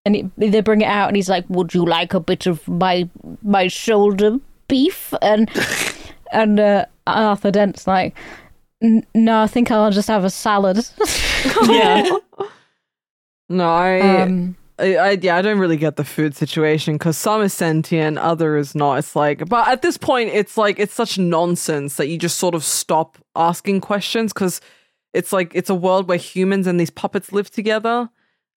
and it, they bring it out and he's like, "Would you like a bit of my my shoulder beef?" and and uh, Arthur Dent's like, "N- "No, I think I'll just have a salad."
Yeah.
No, I,
um,
I, I yeah, I don't really get the food situation because some is sentient, other is not. It's like, but at this point, it's like it's such nonsense that you just sort of stop asking questions because it's like it's a world where humans and these puppets live together,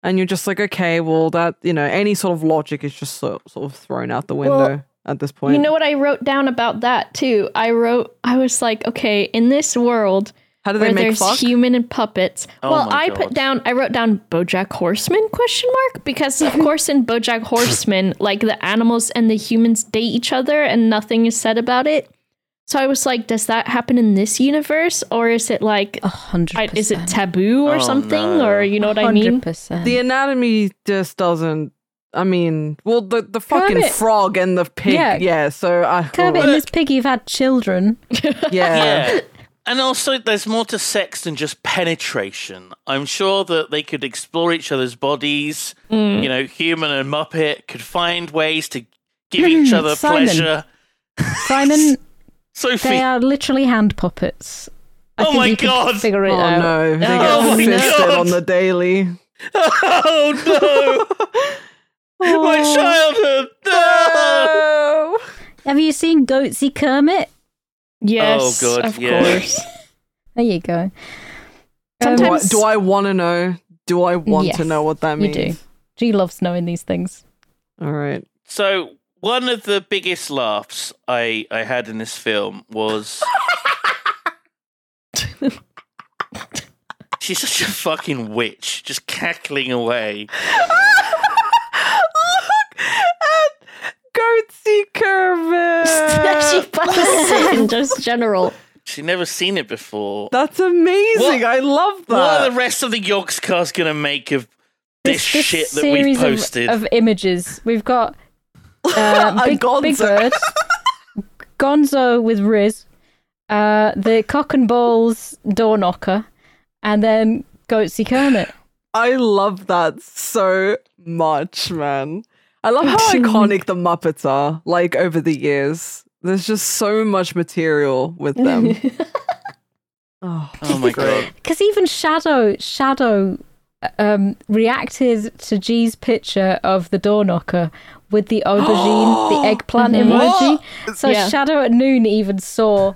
and you're just like, okay, well, that you know, any sort of logic is just so, sort of thrown out the window at this point.
You know what I wrote down about that too? I wrote, I was like, okay, in this world
How do they
where
make
there's
fuck?
human and puppets.
Oh
well,
my
I
God.
put down, I wrote down BoJack Horseman question mark because of course in BoJack Horseman, like the animals and the humans date each other and nothing is said about it. So I was like, does that happen in this universe, or is it like,
A hundred
I,
percent.
is it taboo or
Oh,
something,
no.
or you know what I mean?
100%.
The anatomy just doesn't. I mean, well, the the fucking
Kermit.
frog and the pig.
Yeah.
Yeah, so I.
Kermit and this pig, you've had children.
yeah.
Yeah. And also, there's more to sex than just penetration. I'm sure that they could explore each other's bodies.
Mm.
You know, human and Muppet could find ways to give each other
Hmm, Simon.
pleasure.
Simon,
Sophie,
they are literally hand puppets.
Oh
I think
my
you could
God.
Figure it
Oh
out.
no, they get
Oh my
fisted
God.
on the daily.
oh no, my
Oh.
childhood, no.
Oh.
Have you seen Goatsy Kermit?
Yes,
God,
of
Oh, yeah.
course.
There you go. Um,
Do I,
Sometimes-
do I want to know? Do I want to
Yes,
know what that
you
means?
do. G loves knowing these things.
All right.
So one of the biggest laughs I I had in this film was. She's such a fucking witch, just cackling away.
Look at Goatsy
Actually,
Kermit.
but in just general.
She's never seen it before.
That's
What-
amazing. I love that.
What are the rest of the Yogscast gonna make of this,
this
shit that we
series of-
posted?
Of, images. We've got uh,
A
Big, Big
gonzo.
Bird, Gonzo with Riz, uh, the Cock and Balls door knocker, and then Goatsy Kermit.
I love that so much, man. I love how iconic the Muppets are, like over the years. There's just so much material with them. oh,
oh my god!
Because even Shadow Shadow um, reacted to G's picture of the door knocker with the aubergine, the eggplant
Mm-hmm.
emoji. So
Yeah.
Shadow at noon even saw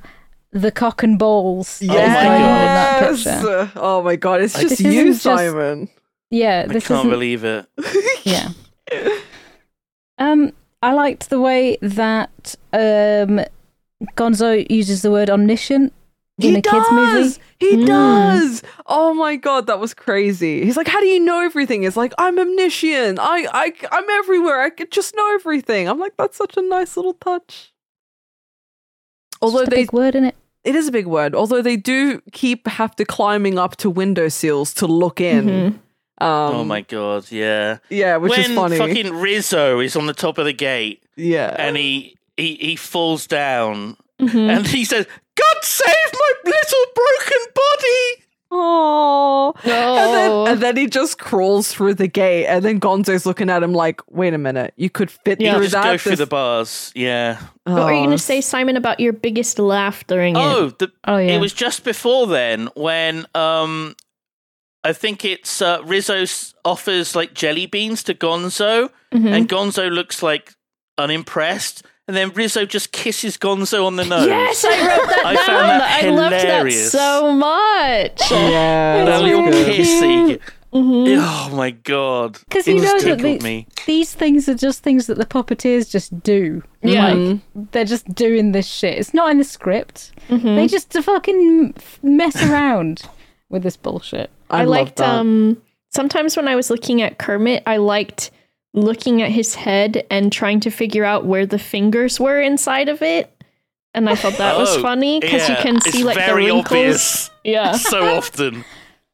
the cock and balls.
Oh
yes.
going on in that picture.
Oh my god, it's just
This
you,
isn't just-
Simon.
Yeah,
I
this
can't
is
believe it.
yeah. Um, I liked the way that um, Gonzo uses the word omniscient in
he
a
does.
kids movie.
He
Mm.
does. Oh my god, that was crazy. He's like, "How do you know everything?" It's like, "I'm omniscient. I, I, I'm everywhere. I could just know everything." I'm like, "That's such a nice little touch." Although
Just a
they,
big word in it.
it is a big word. Although they do keep have to climbing up to window sills to look in.
Mm-hmm.
Um,
oh my god! Yeah,
Yeah, which
when
is funny.
fucking Rizzo is on the top of the gate
yeah.
and he he, he falls down
Mm-hmm.
and he says, "God save my little broken body."
Aww. And
No.
then, and then he just crawls through the gate, and then Gonzo's looking at him like, "Wait a minute, you could fit
You
Yeah.
through
just
that."
go through
This-
the bars. Yeah.
what were you
Oh,
gonna say, Simon, about your biggest laugh during it?
Oh, the,
Oh, yeah.
it was just before then when um, I think it's uh, Rizzo s- offers like jelly beans to Gonzo,
Mm-hmm.
and Gonzo looks like unimpressed, and then Rizzo just kisses Gonzo on the nose.
Yes, I wrote that
I
down.
found that
I loved that
hilarious.
so much.
Yeah,
that
that's
little
good.
kiss. that you get- Oh my god!
Mm-hmm. Because
It
you
just
know that
tickled
the-
me.
these things are just things that the puppeteers just do.
Yeah.
Mm.
Like, they're just doing this shit. It's not in the script.
Mm-hmm.
They just fucking mess around with this bullshit.
I,
love
liked
that.
um sometimes when I was looking at Kermit, I liked looking at his head and trying to figure out where the fingers were inside of it. And I thought that was
Oh,
funny because
yeah,
you can see
it's
like the
very
wrinkles.
obvious.
Yeah.
so often.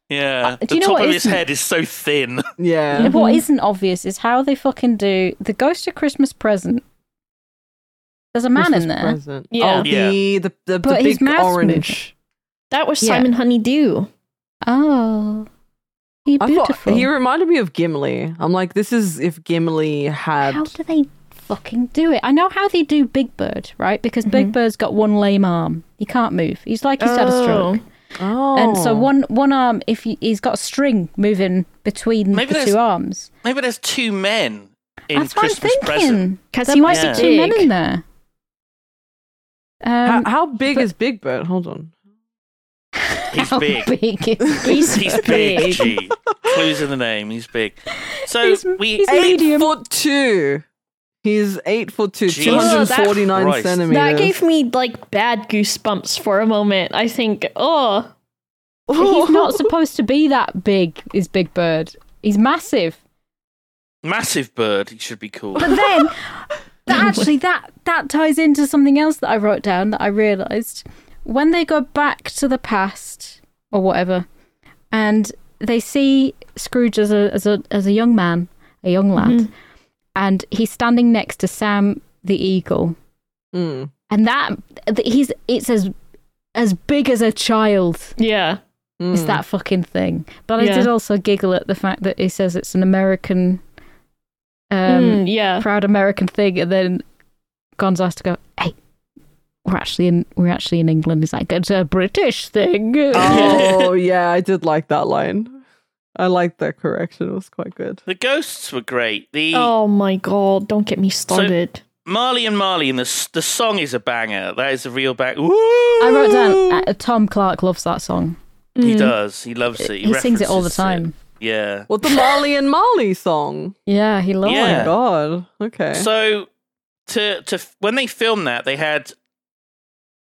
Yeah,
Uh, do
the
you know
top
what
of his
isn't-
head is so thin.
Yeah. Mm-hmm.
And What isn't obvious is how they fucking do the Ghost of Christmas Present. There's a man
Christmas
in there.
present.
Yeah.
Oh, the the the, the
But his
big
mouth's
orange.
That was
Yeah.
Simon Honeydew.
Oh, he
I thought
beautiful.
he reminded me of Gimli. I'm like, this is if Gimli had.
how do they fucking do it? I know how they do Big Bird, right? Because
Mm-hmm.
Big Bird's got one lame arm. He can't move. He's like he's had a stroke.
oh,
And so one one arm, if he, he's got a string moving between
Maybe
the
there's
two arms,
Maybe there's two men in
that's what I'm
Christmas
thinking.
present.
Because
there
he
might
was
be two men
big.
in there. Um,
how, how big
but-
is Big Bird? Hold on.
He's
how
big.
is
He's,
He's big. G. Clues in the name. He's big. So
He's-
we
he's
ate
Eight
medium.
foot two. He's eight foot two,
Jesus
two hundred forty nine
Christ.
centimeters.
That gave me like bad goosebumps for a moment. I think, oh,
He's not supposed to be that big, is Big Bird. He's massive.
massive bird. He should be called.
But then That actually that that ties into something else that I wrote down that I realized when they go back to the past or whatever, and they see Scrooge as a as a as a young man, a young lad, and he's standing next to Sam the eagle,
Mm.
and that th- he's it's as as big as a child.
Yeah.
It's
Mm.
that fucking thing. But I
Yeah.
did also giggle at the fact that he says it's an American, um,
Mm, yeah.
proud American thing, and then Gonzo has to go, "Hey, we're actually in we're actually in England." He's like, "It's a British thing."
Oh yeah, I did like that line. I liked that correction. It was quite good.
The ghosts were great. The
Oh my god, don't get me started.
Marley and Marley, and the s- the song is a banger. That is a real bang.
I wrote down uh, Tom Clark loves that song.
Hmm.
He does. He loves it. He,
He, sings it all the
references
time.
Yeah.
Well, the Marley and Marley song.
Yeah, he loves
Yeah.
it.
God. Okay.
So to to when they filmed that, they had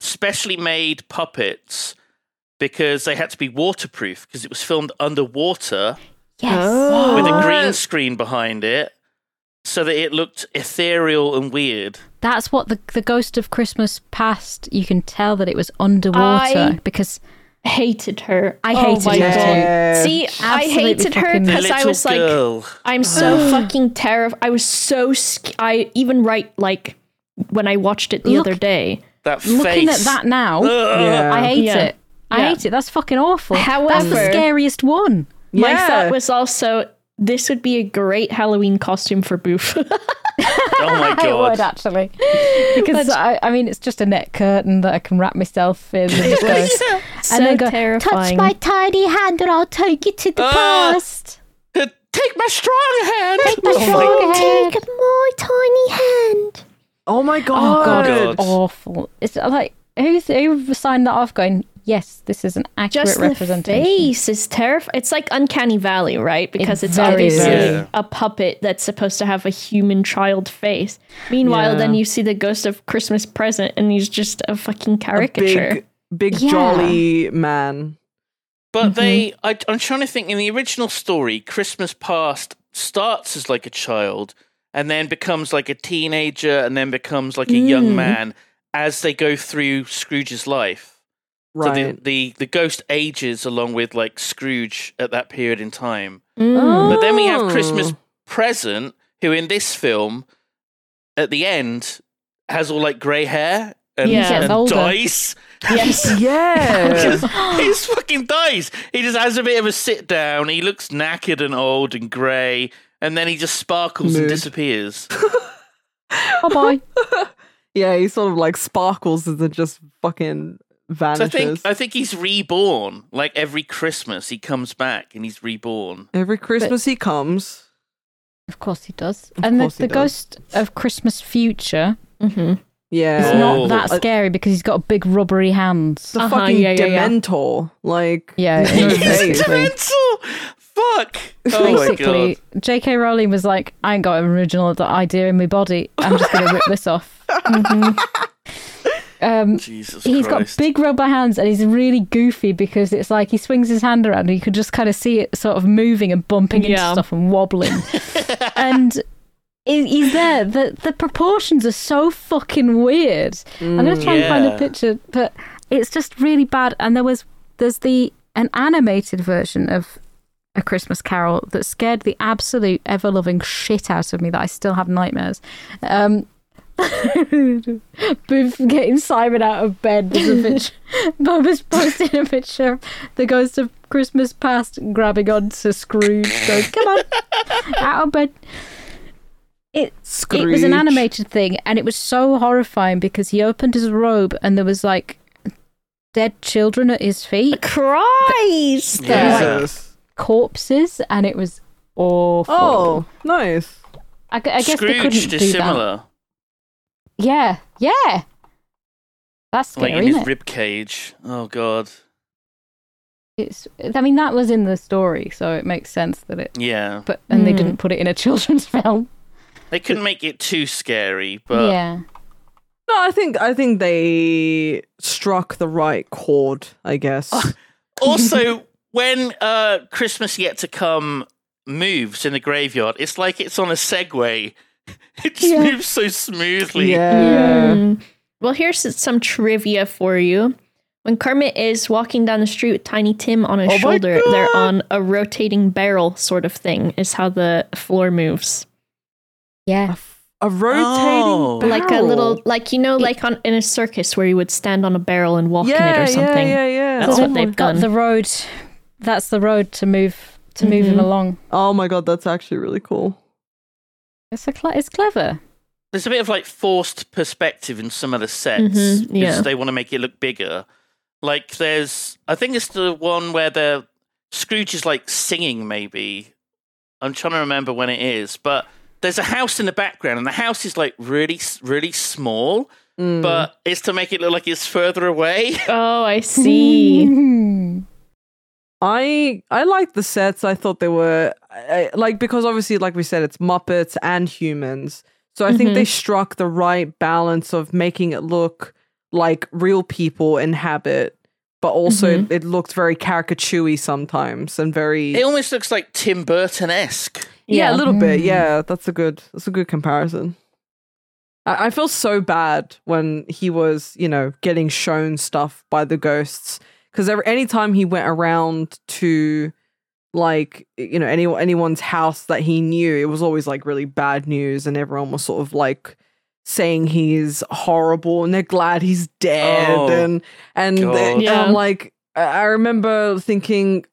specially made puppets because they had to be waterproof because it was filmed underwater
Yes.
Oh.
with a
What?
green screen behind it, so that it looked ethereal and weird.
That's what the the Ghost of Christmas Past. You can tell that it was underwater
I-
because
Hated her.
I
Oh
hated
my God.
her too.
See, I
Absolutely
hated her
fucking- The
The
because I
little
was like,
girl.
I'm so fucking terrified. I was so sc- I even right like when I watched it the
Look-
other day.
that face.
Looking at that now.
Ugh.
Yeah.
I hate
Yeah.
it. I
Yeah.
hate it. That's fucking awful. That's the
However-
scariest one.
My
Yeah.
thought was also this would be a great Halloween costume for Boof.
Oh my god.
actually. Because I, I mean, it's just a net curtain that I can wrap myself in. And, just go,
so
and then go,
terrifying.
touch my tiny hand and I'll take you to the
Ah.
past.
Take my strong hand.
Take
my tiny hand.
oh my god.
Oh, God,
God.
it's awful. It's uh, like, who, who signed that off going, yes, this is an accurate
Just the
representation?
face is terrifying. It's like Uncanny Valley, right? Because it's,
very
obviously
is. Yeah.
a puppet that's supposed to have a human child face. Meanwhile,
Yeah.
then you see the ghost of Christmas Present, and he's just a fucking
A
caricature.
big, big
Yeah.
jolly man.
But
Mm-hmm.
they, I, I'm trying to think. In the original story, Christmas Past starts as like a child, and then becomes like a teenager, and then becomes like a
Mm.
young man as they go through Scrooge's life.
Right.
So the, the the ghost ages along with like Scrooge at that period in time.
Mm.
Mm.
But then we have Christmas
Oh.
Present, who in this film, at the end, has all like grey hair and,
Yeah. He gets
and
older.
dies.
Yes.
Yeah.
He's fucking dies. He just has a bit of a sit down. He looks knackered and old and grey, and then he just sparkles and
Mood.
disappears.
Oh, boy.
yeah. He sort of like sparkles and then just fucking
So I
vanishes.
think I think he's reborn. Like every Christmas, he comes back and he's reborn.
Every Christmas he comes.
Of course he does.
Of
and the,
course he
the
does.
ghost of Christmas Future
hmm
Yeah.
Oh.
It's not that
Uh,
scary because he's got big rubbery hands.
the
Uh-huh,
fucking
yeah, yeah, yeah.
Dementor. Like
Yeah,
no
it is.
face.
Demental. Fuck. Oh my god.
Basically, J.K. Rowling was like, "I ain't got an original idea in my body. I'm just gonna rip this off." Um,
Jesus
he's got
Christ.
big rubber hands and he's really goofy because it's like he swings his hand around and you can just kind of see it sort of moving and bumping into
Yeah.
stuff and wobbling. and he- he's there. The the proportions are so fucking weird. I'm gonna try and find
Yeah.
a picture, but it's just really bad. And there was there's the an animated version of a Christmas Carol that scared the absolute ever loving shit out of me that I still have nightmares. Um, Booth getting Simon out of bed. There's a picture. Bob has posted a picture of the ghost of Christmas past grabbing onto Scrooge. Going, come on, out of bed. It, it was
Scrooge.
an animated thing, and it was so horrifying because he opened his robe and there was like dead children at his feet,
Christ.
Yeah.
Jesus.
corpses, and it was awful.
Oh, nice.
I, gu- I guess they
Scrooge
couldn't do that.
dissimilar,
Yeah, yeah. That's
like
scary,
in
isn't
his
it?
rib cage. Oh god.
it's i mean that was in the story so it makes sense that it
Yeah.
but and they
Hmm.
didn't put it in a children's film
They couldn't make it too scary, but
yeah
No, I think I think they struck the right chord. I guess.
Oh, also when uh christmas yet to come moves in the graveyard it's like it's on a segway It just
Yeah.
moves so smoothly.
Mm. Well, here's some trivia for you. When Kermit is walking down the street with Tiny Tim on his
Oh my
shoulder, they're
God.
on a rotating barrel sort of thing, is how the floor moves.
A,
Yeah.
f- a rotating
Oh.
Like a
barrel.
little, like, you know, like on in a circus where you would stand on a barrel and walk
yeah,
in it or something.
Yeah, Oh yeah, yeah.
That's
So
what they've
got
done.
the road. That's the road to move to move
Mhm.
him along.
Oh my god, that's actually really cool.
It's a cle it's clever.
There's a bit of like forced perspective in some of the sets because
Mhm, yeah.
they want to make it look bigger. Like there's, I think it's the one where the Scrooge is like singing. Maybe I'm trying to remember when it is, but there's a house in the background, and the house is like really, s- really small,
Mm.
but it's to make it look like it's further away.
Oh, I see.
Mm-hmm.
I I liked the sets. I thought they were I, I- like because obviously, like we said, it's Muppets and humans. So I
Mm-hmm.
think they struck the right balance of making it look like real people inhabit, but also
Mm-hmm.
it, it looked very caricaturey sometimes and very
It almost looks like Tim Burton esque.
yeah,
Yeah.
a little bit. Yeah, that's a good that's a good comparison. I, I feel so bad when he was, you know, getting shown stuff by the ghosts because any time he went around to like you know any anyone's house that he knew, it was always like really bad news, and everyone was sort of like saying he's horrible and they're glad he's dead
Oh,
and and, uh,
God.
and
Yeah.
I'm like I I remember thinking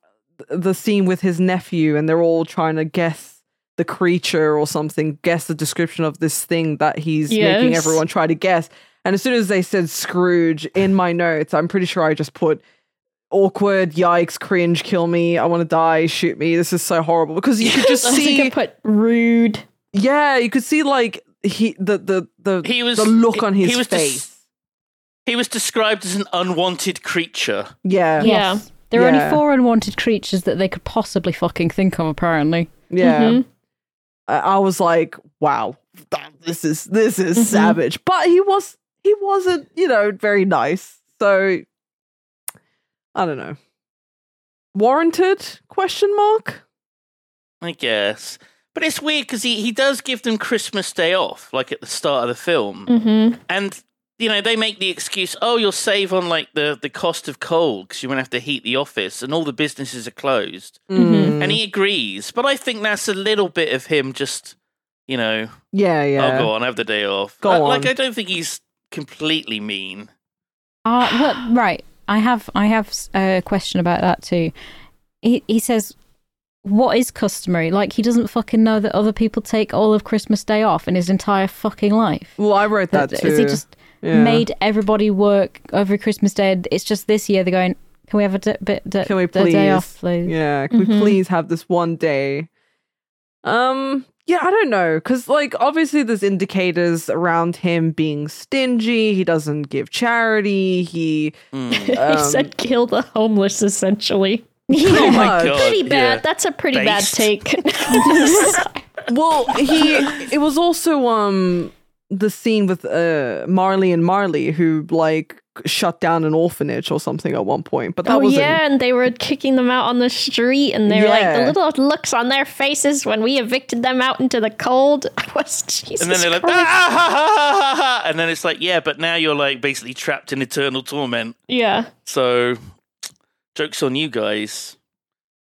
the scene with his nephew and they're all trying to guess the creature or something, guess the description of this thing that he's making
Yes.
everyone try to guess. And as soon as they said Scrooge in my notes, I'm pretty sure I just put awkward, yikes, cringe, kill me, I want to die, shoot me. This is so horrible because you could just
I think I
see,
put rude.
yeah, you could see like he the the the
He was-
the look on
he
his
was
face.
just- He was described as an unwanted creature.
yeah, yeah,
Yeah.
There are
Yeah.
only four unwanted creatures that they could possibly fucking think of. Apparently, Mm-hmm.
Mhm.
I, I was like, wow, th- this is this is
Mm-hmm.
Mhm.
savage. But he was he wasn't, you know, very nice. So I don't know. Warranted question mark?
I guess. But it's weird because he, he does give them Christmas Day off, like at the start of the film.
Mm. Mm-hmm.
Mhm.
And, you know, they make the excuse, oh, you'll save on, like, the, the cost of coal because you won't have to heat the office and all the businesses are closed.
Mm,
Mhm.
And he agrees. But I think that's a little bit of him just, you know,
yeah, yeah.
oh, go on, have the day off.
Go
I- Like,
on.
I don't think he's completely mean.
uh, what? Right. I have I have s- a question about that too. He he says, "What is customary?" Like he doesn't fucking know that other people take all of Christmas Day off in his entire fucking life.
Well, I wrote Mm, that too.
Is he just
Yeah.
made everybody work over Christmas Day? and It's just this year they're going. Can we have a d- bit? d-
Can we
a day off, please?
please?"
Mm-hmm.
Yeah, can we
Mhm.
please have this one day? Um, yeah, I don't know, because like obviously there's indicators around him being stingy. He doesn't give charity. He
Mm.
um,
he said kill the homeless, essentially. Oh
pretty much.
Oh God,
pretty bad.
yeah.
That's a pretty
Based.
bad take.
Well, he it was also um the scene with uh Marley and Marley who like shut down an orphanage or something at one point, but that
oh
wasn't.
yeah, and they were kicking them out on the street, and they were
Yeah.
like the little looks on their faces when we evicted them out into the cold. I was Jesus.
And then they're like, ah,
Christ.
ha, ha, ha, ha, ha, ha. and then it's like, yeah, but now you're like basically trapped in eternal torment.
yeah,
So, jokes on you guys.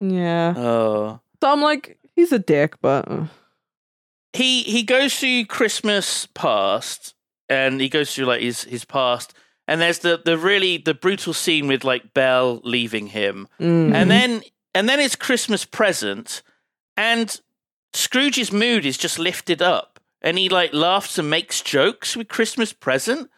Yeah.
Uh,
So I'm like, he's a dick, but uh,
he he goes through Christmas past, and he goes through like his his past, and there's the the really the brutal scene with like Belle leaving him,
mm.
and then and then it's Christmas present, and Scrooge's mood is just lifted up, and he like laughs and makes jokes with Christmas present.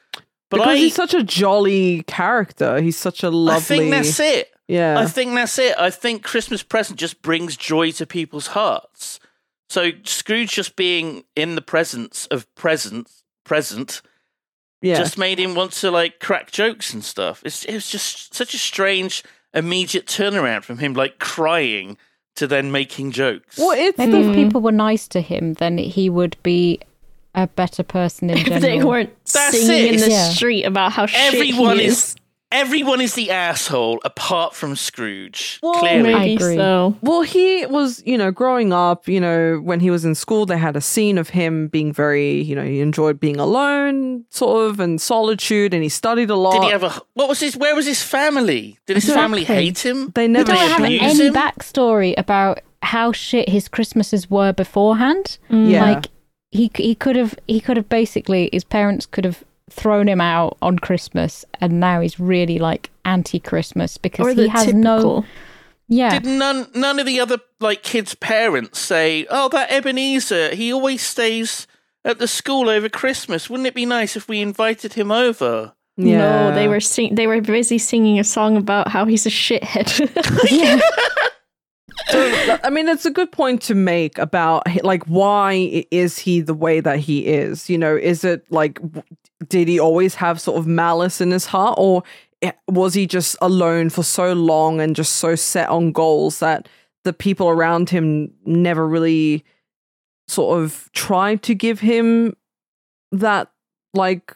But
because
I,
he's such a jolly character, he's such a lovely.
I think that's it.
Yeah.
I think that's it. I think Christmas present just brings joy to people's hearts. So Scrooge just being in the presence of presents, present,
yeah.
just made him want to like crack jokes and stuff. It's it was just such a strange immediate turnaround from him like crying to then making jokes.
well, it's
Maybe
the,
if people were nice to him, then he would be a better person in
if
general.
they weren't
That's
singing
it.
in the
Yeah.
street about how shit he
everyone is Everyone is the asshole apart from Scrooge.
Well,
clearly.
Maybe
agree.
so.
Well, he was, you know, growing up, you know, when he was in school, they had a scene of him being very, you know, he enjoyed being alone, sort of, and solitude, and he studied a lot.
Did he have a? What was his? Where was his family? Did his family
Exactly.
hate him?
They
We
never
don't have
abuse
any
him?
backstory about how shit his Christmases were beforehand.
yeah.
Like he c- he could have he could have basically his parents could have thrown him out on Christmas, and now he's really like anti-Christmas because
Or the
he has no
typical.
yeah.
Did none none of the other like kids' parents say, "Oh, that Ebenezer, he always stays at the school over Christmas. Wouldn't it be nice if we invited him over?"
yeah.
No, they were sing- they were busy singing a song about how he's a shithead.
yeah.
So, I mean, it's a good point to make about like why i- is he the way that he is? You know, is it like w- did he always have sort of malice in his heart, or i- was he just alone for so long and just so set on goals that the people around him never really sort of tried to give him that like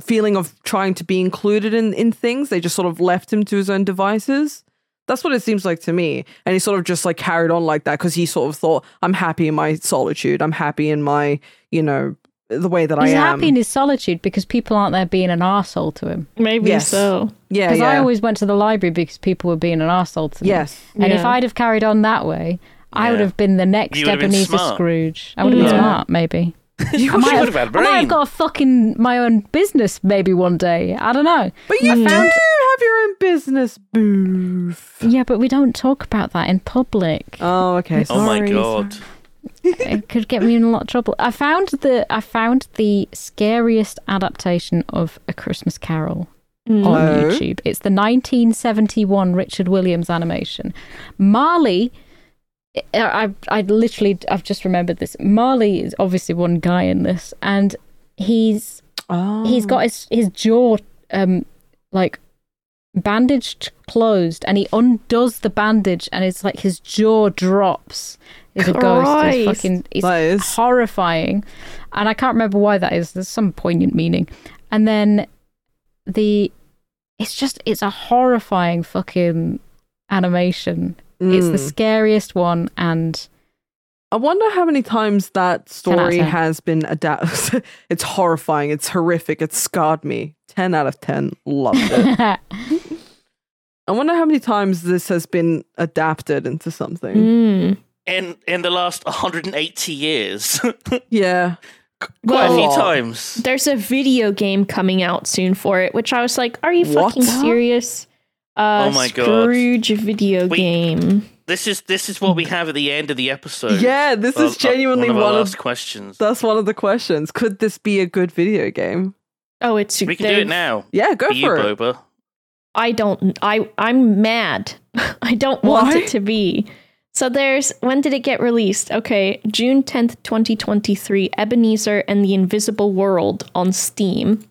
feeling of trying to be included in in things they just sort of left him to his own devices that's what it seems like to me and he sort of just like carried on like that because he sort of thought i'm happy in my solitude i'm happy in my you know the way that
He's
i am
happy in his solitude because people aren't there being an asshole to him.
Maybe
Yes.
so.
yeah
Because
yeah
I always went to the library because people were being an asshole to me.
Yes.
And if
Yeah.
I'd have carried on that way, I would
Yeah.
have been the next
You would have been
Ebenezer
smart.
Scrooge. I would have been
Yeah.
smart, maybe.
You
might
would have had a
I might
brain.
have got a fucking my own business maybe one day. I don't know.
but you
I
do
found-
have your own business booth
Yeah, but we don't talk about that in public.
oh okay
oh my
Sorry,
god!
it could get me in a lot of trouble. I found the I found the scariest adaptation of A Christmas Carol
Mm.
on
Oh.
YouTube. It's the 1971 Richard Williams animation. Marley I I I literally I've just remembered this. Marley is obviously one guy in this and he's
oh.
he's got his his jaw um like bandaged closed and he undoes the bandage and it's like his jaw drops He's a ghost It's
Christ.
fucking it's
That is-
horrifying and i can't remember why that is there's some poignant meaning and then the it's just it's a horrifying fucking animation it's the
Mm.
scariest one and
I wonder how many times that
out of
story
10.
has been adapted. it's horrifying. It's horrific. It's scarred me. 10 out of 10. Loved it.
oh
I wonder how many times this has been adapted into something.
Mm.
In in the last 180 years,
Mm.
Yeah.
quite a few
Well-
times.
There's a video game coming out soon for it, which I was like, "Are you
What?
fucking serious?" Uh,
Oh my god.
Scrooge video
We-
game.
This is this is what we have at the end of the episode.
Yeah, this
Well,
is genuinely
one of our
one
last
of
questions.
that's one of the questions. Could this be a good video game?
Oh, it's
We can do it now.
Yeah, go
Be you,
for it.
Boba.
I don't. I I'm mad. I don't want
Why?
it to be. So there's when did it get released? Okay, June 10th, 2023, Ebenezer and the Invisible World on Steam.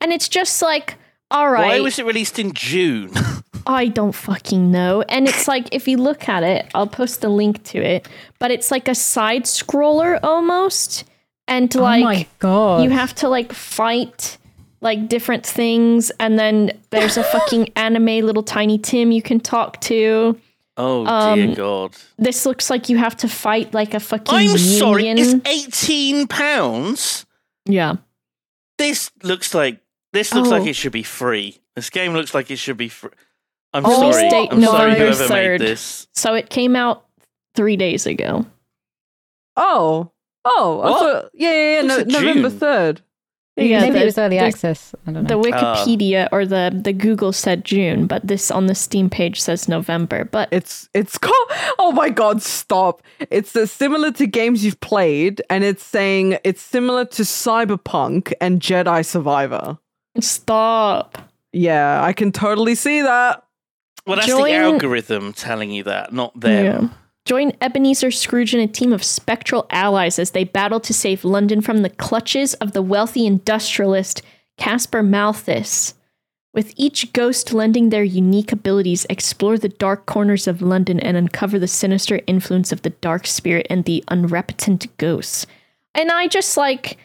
And it's just like, all right.
Why was it released in June?
I don't fucking know. And it's like, if you look at it, I'll post a link to it, but it's like a side scroller almost. And like,
oh my god
you have to like fight like different things. And then there's a fucking anime little tiny Tim you can talk to.
Oh dear
Um,
God!
This looks like you have to fight like a fucking.
I'm sorry.
union.
It's 18 pounds.
yeah.
This looks like This looks like
Oh.
it should be free. This game looks like it should be free. I'm
Release
sorry.
date
I'm sorry
November
whoever made
3rd.
this.
So it came out three days ago.
Oh, oh, I
What?
thought, yeah, yeah, yeah.
It's
No,
a
November
June.
third.
Yeah,
Maybe
the-
it was early
the-
access. I don't
The
know.
Wikipedia or the, the Google said June, but this on the Steam page says November. But
It's it's called. Oh my god, stop! It's uh, similar to games you've played, and it's saying it's similar to Cyberpunk and Jedi Survivor.
stop.
Yeah, I can totally see that.
Well, that's
Join-
the algorithm telling you that, not them.
Yeah. Join Ebenezer Scrooge and a team of spectral allies as they battle to save London from the clutches of the wealthy industrialist Caspar Malthus. With each ghost lending their unique abilities, explore the dark corners of London and uncover the sinister influence of the dark spirit and the unrepentant ghosts. And I just like,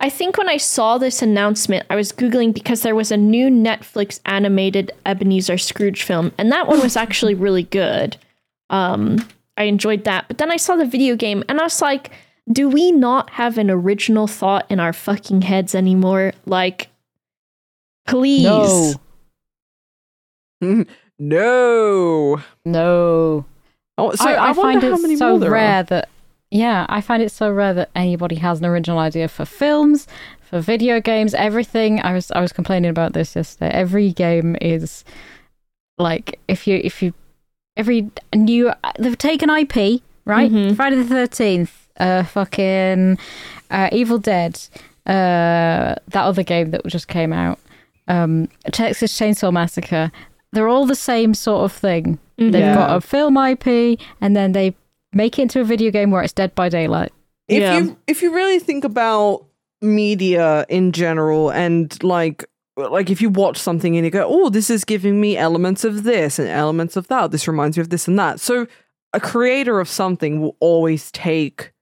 I think when I saw this announcement, I was Googling because there was a new Netflix animated Ebenezer Scrooge film, and that one was actually really good um i enjoyed that but then i saw the video game and i was like do we not have an original thought in our fucking heads anymore like please
No.
No.
No.
Oh, so
I,
I,
I,
wonder
find
how
it
many
so
more there
rare
Are.
that yeah, I find it so rare that anybody has an original idea for films, for video games, everything. I was I was complaining about this yesterday. Every game is like if you if you every new they've taken IP right
Mm-hmm.
Friday the Thirteenth, uh, fucking uh, Evil Dead, uh, that other game that just came out, um, Texas Chainsaw Massacre. They're all the same sort of thing. They've
Yeah.
got a film IP, and then they make it into a video game where it's Dead by Daylight.
If
Yeah.
you if you really think about media in general and like like if you watch something and you go, "Oh, this is giving me elements of this and elements of that. This reminds me of this and that." So a creator of something will always take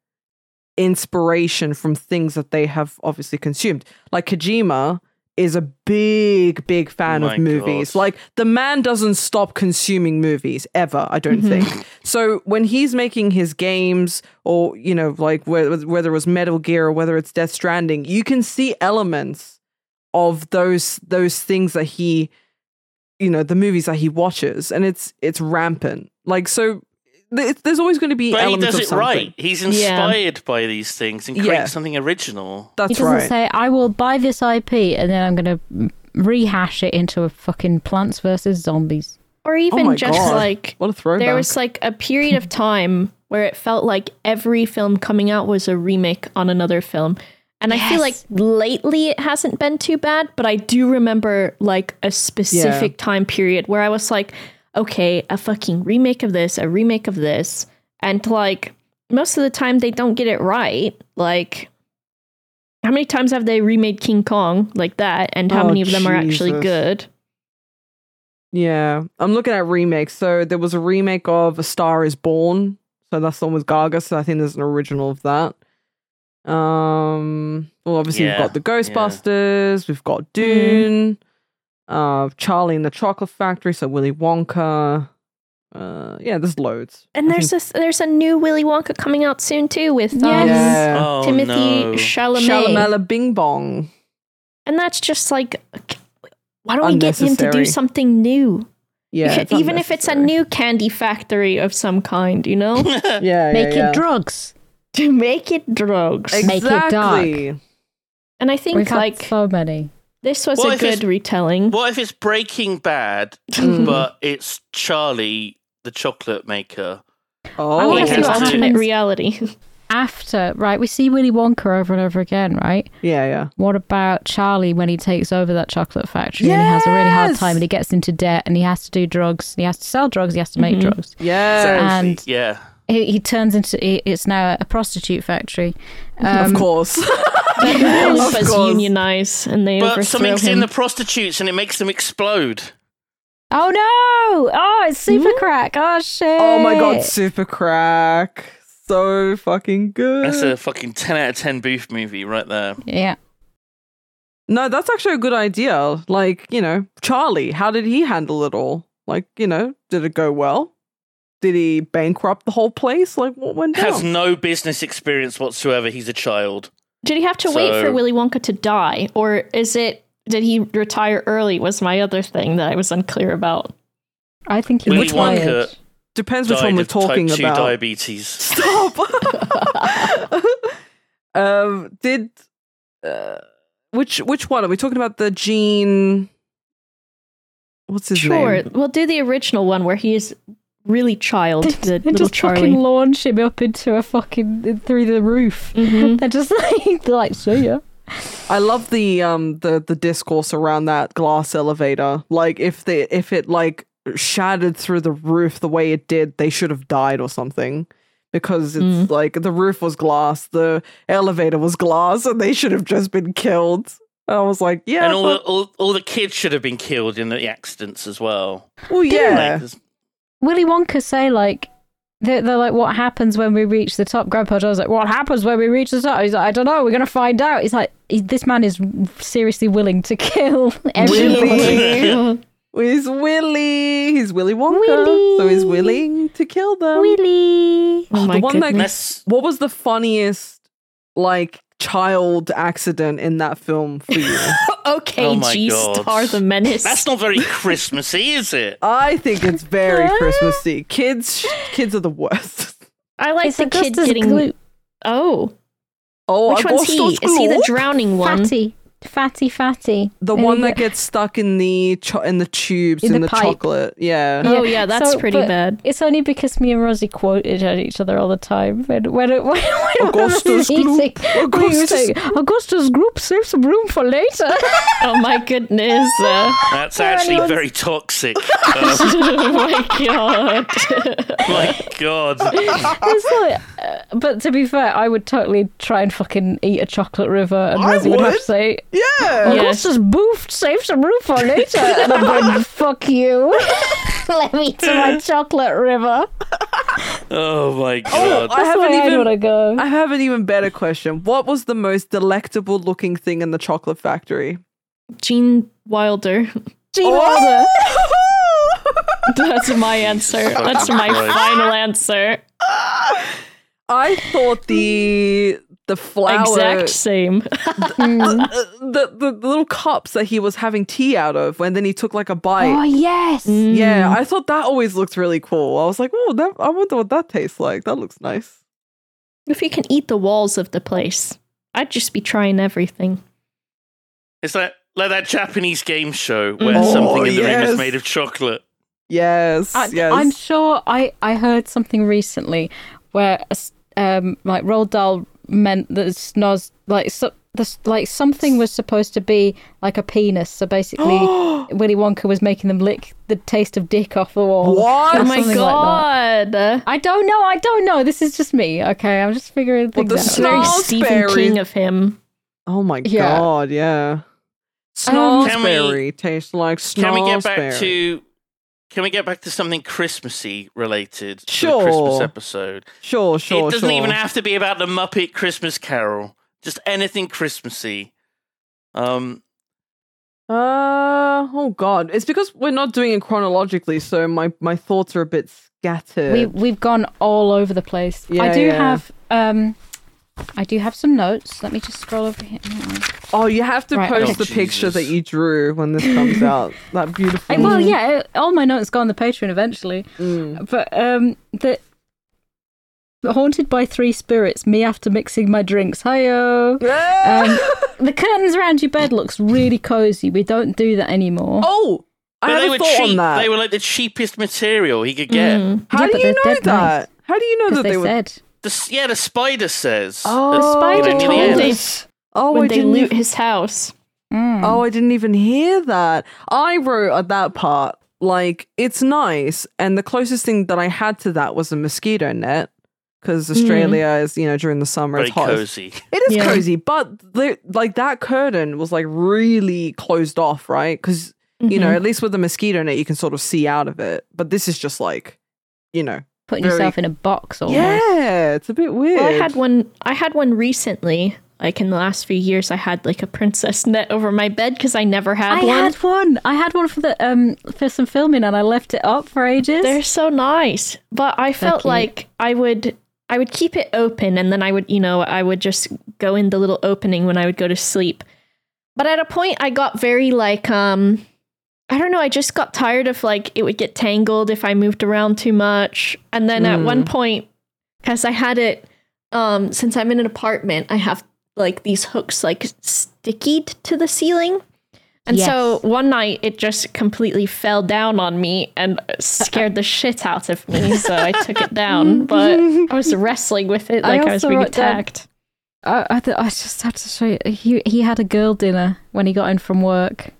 inspiration from things that they have obviously consumed. Like Kojima is a big, big fan
My
of movies.
God.
Like the man doesn't stop consuming movies ever, I don't think. So when he's making his games or, you know, like whe- whether it was Metal Gear or whether it's Death Stranding, you can see elements of those those things that he you know the movies that he watches and it's it's rampant like so th- there's always going to be
But he
elements
does
of
it
something.
right. He's inspired by these things and creates
Yeah.
something original.
that's
he doesn't
right
say, "I will buy this IP," and then I'm going to rehash it into a fucking Plants versus Zombies.
or
oh
even
my
just
God.
like
what a throwback
there was like a period of time where it felt like every film coming out was a remake on another film and i feel like
Yes.
lately it hasn't been too bad but i do remember like a specific time period where i was like okay a fucking remake of this a remake of this and like most of the time they don't get it right like how many times have they remade king kong like that and how
Oh,
many of them are actually
Jesus.
good
yeah i'm looking at remakes so there was a remake of a star is born so that's the one with gaga so i think there's an original of that um well obviously
Yeah,
we've got the
yeah.
ghostbusters we've
Hmm.
got dune uh charlie and the chocolate factory so willy wonka uh yeah there's loads
and
I
there's a there's a new willy wonka coming out soon too with um,
Yes.
yeah.
Oh
Timothy
no!
Chalamet.
Shalamala Bing Bong.
And that's just like, why don't we get him to do
Unnecessary.
something new? You
Yeah,
could-
it's
even if it's a
unnecessary.
new candy factory of some kind, you know?
yeah, yeah,
Make
yeah.
it drugs.
to make it drugs.
Ex- Make it dark.
Exactly.
and I think
We've had
like
so many.
this was
Well,
a
if it's-
good retelling.
What if it's Breaking Bad,
Mm.
but it's Charlie the chocolate maker?
Oh,
I
I want
it
to see
has
what
to-
alternate reality.
After right, we see Willy Wonka over and over again, right?
yeah, yeah.
What about Charlie when he takes over that chocolate factory and he has a really hard
Yes!
time and he gets into debt and he has to do drugs, he has to sell drugs, he has to make drugs.
Yeah.
And-
Exactly. yeah.
He, he turns into he, it's now a prostitute factory. Um,
of course.
Help us
course.
unionize and they
But
overthrow
something's
him.
in the prostitutes and it makes them explode.
oh no! Oh, it's super crack. Oh shit!
oh my god, super crack. So fucking good.
That's a fucking ten out of ten booth movie right there.
Yeah.
no, that's actually a good idea. Like, you know, Charlie, how did he handle it all? Like, you know, did it go well? Did he bankrupt the whole place? Like, what went down?
Has no business experience whatsoever. He's a child.
Did he have to wait
So-
for Willy Wonka to die? Or is it Did he retire early? Was my other thing that I was unclear about.
I think he
Willy
was tired.
Wonka
Depends which
died
one we're
of type
talking
2
about.
diabetes.
Stop. um, did uh, which which one are we talking about? The Gene. What's his
sure.
name?
We'll do the original one where he is really child, the
and
little
just
Charlie.
fucking launch him up into a fucking through the roof.
Mhm.
They're just like, they're like, see ya.
I love the um the the discourse around that glass elevator. Like if they if it like shattered through the roof the way it did, they should have died or something. Because it's like the roof was glass, the elevator was glass, and they should have just been killed. I was like, yeah,
and all the,
fuck-
all, all the kids should have been killed in the accidents as well.
well, yeah.
Like, there's- oh
Willy Wonka say like they're, they're like what happens when we reach the top grandpa Joe's like what happens when we reach the top he's like I don't know we're gonna find out he's like he- this man is seriously willing to kill everybody
Willy. He's Willy. He's Willy Wonka. So he's willing to kill them.
Willy
oh my
the one that-
goodness.
That's
What was the funniest, like, child accident in that film for you?
okay,
Oh my
G
God.
Star the Menace.
that's not very Christmassy, is it?
I think it's very Christmassy. Kids, kids are the worst.
I like
It's
the kid
Augustus
getting.
Gloop.
Oh,
Oh,
which one's he?
Augustus
Is he the
Gloop?
drowning one?
fatty fatty fatty
The
There
one
you
that
go.
gets stuck in the cho- in the tubes
In
in,
the
the,
pipe.
chocolate. Yeah.
Oh, yeah, that's pretty
but
bad.
it's only because me and Rosie quoted at each other all the time and when it when, when
Augustus
we were
Gloop.
eating, we were
Augustus-
saying, Augustus group save some room for later
Oh my goodness. Uh,
Oh,
That's actually very toxic. Um,
oh my god.
Oh my God.
It's like, uh, but to be fair, I would totally try and fucking eat a chocolate river, and
I
Rosie would. have
would.
to say,
Yeah.
"Yes, just boofed, save some room for later." and I'm going, "Fuck you, let me to my chocolate river."
Oh my God.
I
That's the
haven't
way I'd
even
want to go.
I have an even better question. What was the most delectable looking thing in the chocolate factory?
Gene Wilder.
Gene Wilder.
Oh!
That's my answer. That's my
Christ.
final answer.
I thought the the flower
Exact same.
uh, the, the the little cups that he was having tea out of and then he took like a bite.
Oh yes,
Yeah,
Mm.
I thought that always looked really cool. I was like, "Oh, that I wonder what that tastes like. That looks nice."
If you can eat the walls of the place, I'd just be trying everything.
It's like, like that Japanese game show where
Oh,
something in the room
yes.
is made of chocolate.
Yes,
I,
yes.
I'm sure I, I heard something recently where a s- um like Roald Dahl meant that Snoz like so, the, s- like something was supposed to be like a penis. So basically, Willy Wonka was making them lick the taste of dick off the wall.
What?
or
Oh my
something like that.
god.
I don't know. I don't know. This is just me. Okay, I'm just figuring
Well,
things
the
Very
out.
Snarlsberry.
Stephen King of him.
oh my
Yeah.
god, yeah.
Um,
Can we-
Snarlsberry tastes like snarlsberry.
Can we get back to Can we get back to something Christmassy related to
Sure.
the Christmas episode?
Sure, sure,
it doesn't
sure.
even have to be about the Muppet Christmas Carol. Just anything Christmassy. Um
Uh oh god. It's because we're not doing it chronologically, so my my thoughts are a bit scattered.
we we've gone all over the place. I
Yeah,
do
yeah.
have um, I do have some notes. Let me just scroll over here. Hang on.
oh, you have to
Right,
post
okay.
the picture
Jesus.
that you drew when this comes out. That Mm. beautiful
I- well, yeah, it- all my notes go on the Patreon eventually. But um, the haunted by three spirits, me after mixing my drinks. Hiyo. Um, the curtains around your bed looks really cozy. We don't do that anymore.
Oh, I
but
had
they
a
were
thought
cheap.
on that. Mm.
They were like the cheapest material he could get.
Hmm.
How
Yeah, but
do you
they're
know
dead
that?
nice.
How do you know
because
that
they,
they, were
said
The s- yeah, the spider says.
Oh,
That's-
Spider
Oh.
told
Yeah.
us
Oh,
when
I
they
didn't
loot
even-
his house.
mm,
Oh, I didn't even hear that. I wrote at that part like it's nice, and the closest thing that I had to that was a mosquito net because
Mm-hmm.
Australia is you know during the summer
very
it's hot. as-
cozy.
It is
Yeah.
cozy, but the, like that curtain was like really closed off, right? Because you
Mm-hmm.
know, at least with the mosquito net, you can sort of see out of it. But this is just like, you know,
putting
very-
yourself in a box almost.
yeah, it's a bit weird.
Well, I had one. I had one recently. Like in the last few years, I had like a princess net over my bed because I never had
I
one.
had one. I had one for the um for some filming, and I left it up for ages.
They're so nice, but I felt
cute.
like I would. I would keep it open, and then I would, you know, I would just go in the little opening when I would go to sleep. But at a point, I got very like, um, I don't know. I just got tired of like it would get tangled if I moved around too much. And then at one point, because I had it, um, since I'm in an apartment, I have like these hooks like stickied to the ceiling. And so one night it just completely fell down on me and scared the shit out of me. So I took it down, but I was wrestling with it
I
like I, was
also
being
wrote down-
attacked.
I, I, th- I just had to show you. He, he had a girl dinner when he got in from work.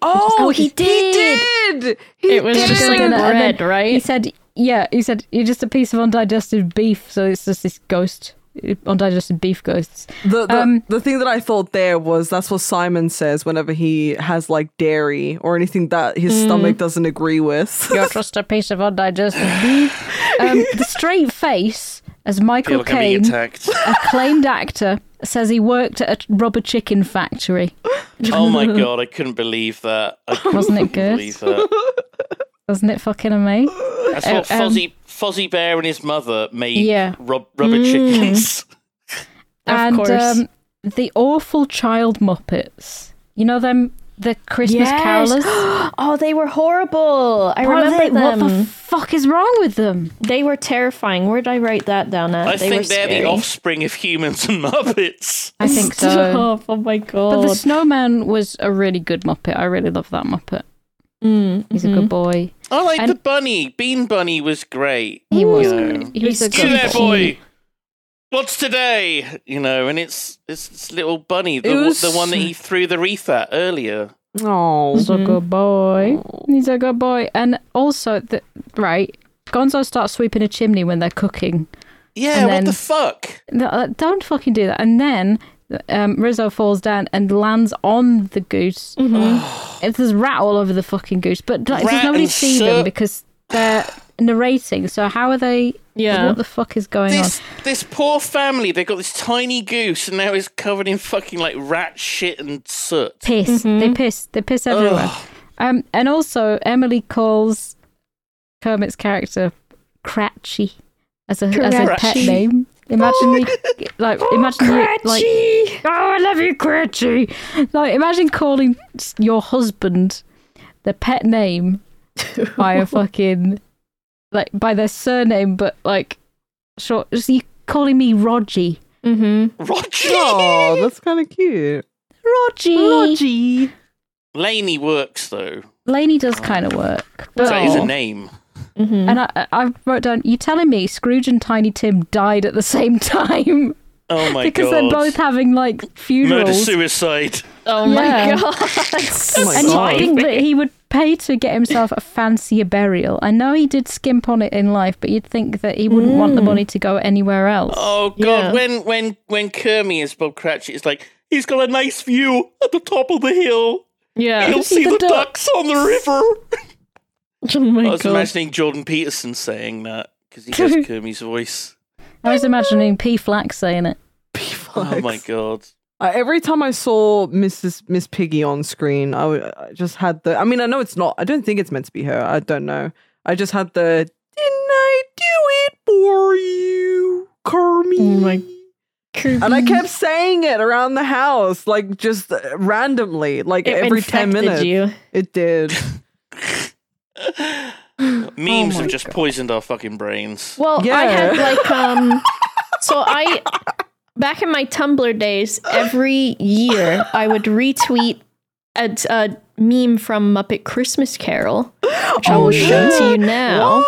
Oh,
he
He
did!
did. He
It was
did.
just like
And
bread,
then He
right?
said, "Yeah." He said, "You're just a piece of undigested beef." So it's just this ghost, undigested beef ghosts.
The the,
Um,
the thing that I thought there was that's what Simon says whenever he has like dairy or anything that his
Mm.
stomach doesn't agree with.
You're just a piece of undigested beef. Um, the straight face, as
Feel
Michael
like I'm being
Caine,
attacked.
acclaimed actor, says he worked at a rubber chicken factory.
oh my god, I couldn't believe that. I couldn't
Wasn't it good?
Believe that.
Doesn't it fucking amazing?
That's what
Uh, um,
Fozzie Fozzie Bear and his mother made
Yeah. Mm.
rub- rubber chickens.
Of
and um,
course.
the awful child Muppets. You know them, the Christmas
Yes.
carolers.
Oh, they were horrible. I
What are
remember
they-
them.
What the fuck is wrong with them?
they were terrifying. Where did I write that
Uh,
down at?
I
they
think
were
they're
scary.
the offspring of humans and Muppets.
I think so.
Stop. Oh my
But
god.
the snowman was a really good Muppet. I really love that Muppet.
Mm,
He's a good boy.
I like the
And-
bunny. Bean Bunny was great.
Mm.
He was.
Yeah.
good. He was a
You
good
there,
boy.
boy. What's today? You know, and it's it's this little bunny, the,
It
w-
was-
the one that he threw the wreath at earlier.
Oh,
He's
Mm-hmm.
a good boy. He's a good boy. And also, the, right, Gonzo starts sweeping a chimney when they're cooking.
Yeah,
And
what
then-
the fuck?
No, uh, don't fucking do that. And then um, Rizzo falls down and lands on the goose.
Mm-hmm.
If there's rat all over the fucking goose, but like,
Rat
does nobody
and
see
soot.
them because they're narrating. So how are they?
Yeah.
What the fuck is going on?
This this poor family, they got this tiny goose, and now it's covered in fucking like rat shit and soot.
piss. They
Mm-hmm.
piss. They piss everywhere. Um, and also Emily calls Kermit's character Cratchy as a as a pet
Cratchy.
name. Imagine we like imagine you, like oh I love you Cratchy. Like imagine calling s- your husband the pet name by a fucking like by their surname, but like short. So you calling me Rogie?
Mm-hmm.
Roger
oh that's kind of cute.
Rogie.
Rogie.
Laney works though.
Laney does kind of work. But
That
Oh.
is a name.
Mm-hmm.
Mm-hmm.
And I, I wrote down, you telling me Scrooge and Tiny Tim died at the same time?
Oh my
because
god!
they're both having like
murder
funerals.
suicide.
oh my
Yeah.
god.
Oh my
and
god.
you think that he would pay to get himself a fancier burial. I know he did skimp on it in life, but you'd think that he wouldn't want the money to go anywhere else.
Mm. Oh god!
Yeah.
When when when Kermit is Bob Cratchit, it's like he's got a nice view at the top of the hill.
yeah.
He'll
see
see the,
the
ducks. on the river.
Oh my
I was
god.
imagining Jordan Peterson saying that because he has Kermit's voice.
I was imagining P. Flack saying it.
Oh my god!
Uh, every time I saw Mrs. Miss Piggy on screen, I, w- I just had the. I mean, I know it's not. I don't think it's meant to be her. I don't know. I just had the. Didn't I do it for you, Kermit?
Oh my-
And I kept saying it around the house, like just uh, randomly, like
It
every ten
infected
minutes.
You.
It did.
Oh
Memes have just poisoned our fucking brains.
Well, I had
Yeah.
like um so I back in my Tumblr days, every year I would retweet a, a meme from Muppet Christmas Carol, which
Oh,
I will show to you now.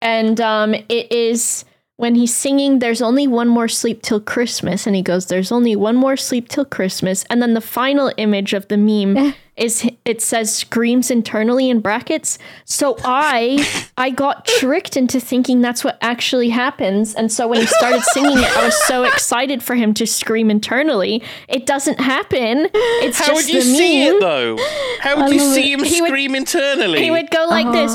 And um it is when he's singing there's only one more sleep till Christmas and he goes there's only one more sleep till Christmas and then the final image of the meme is it says screams internally in brackets so i i got tricked into thinking that's what actually happens and so when he started singing it i was so excited for him to scream internally it doesn't happen it's
How
just
would you
the meme
see it though? How would you see him
He would-
scream internally?
he would go like this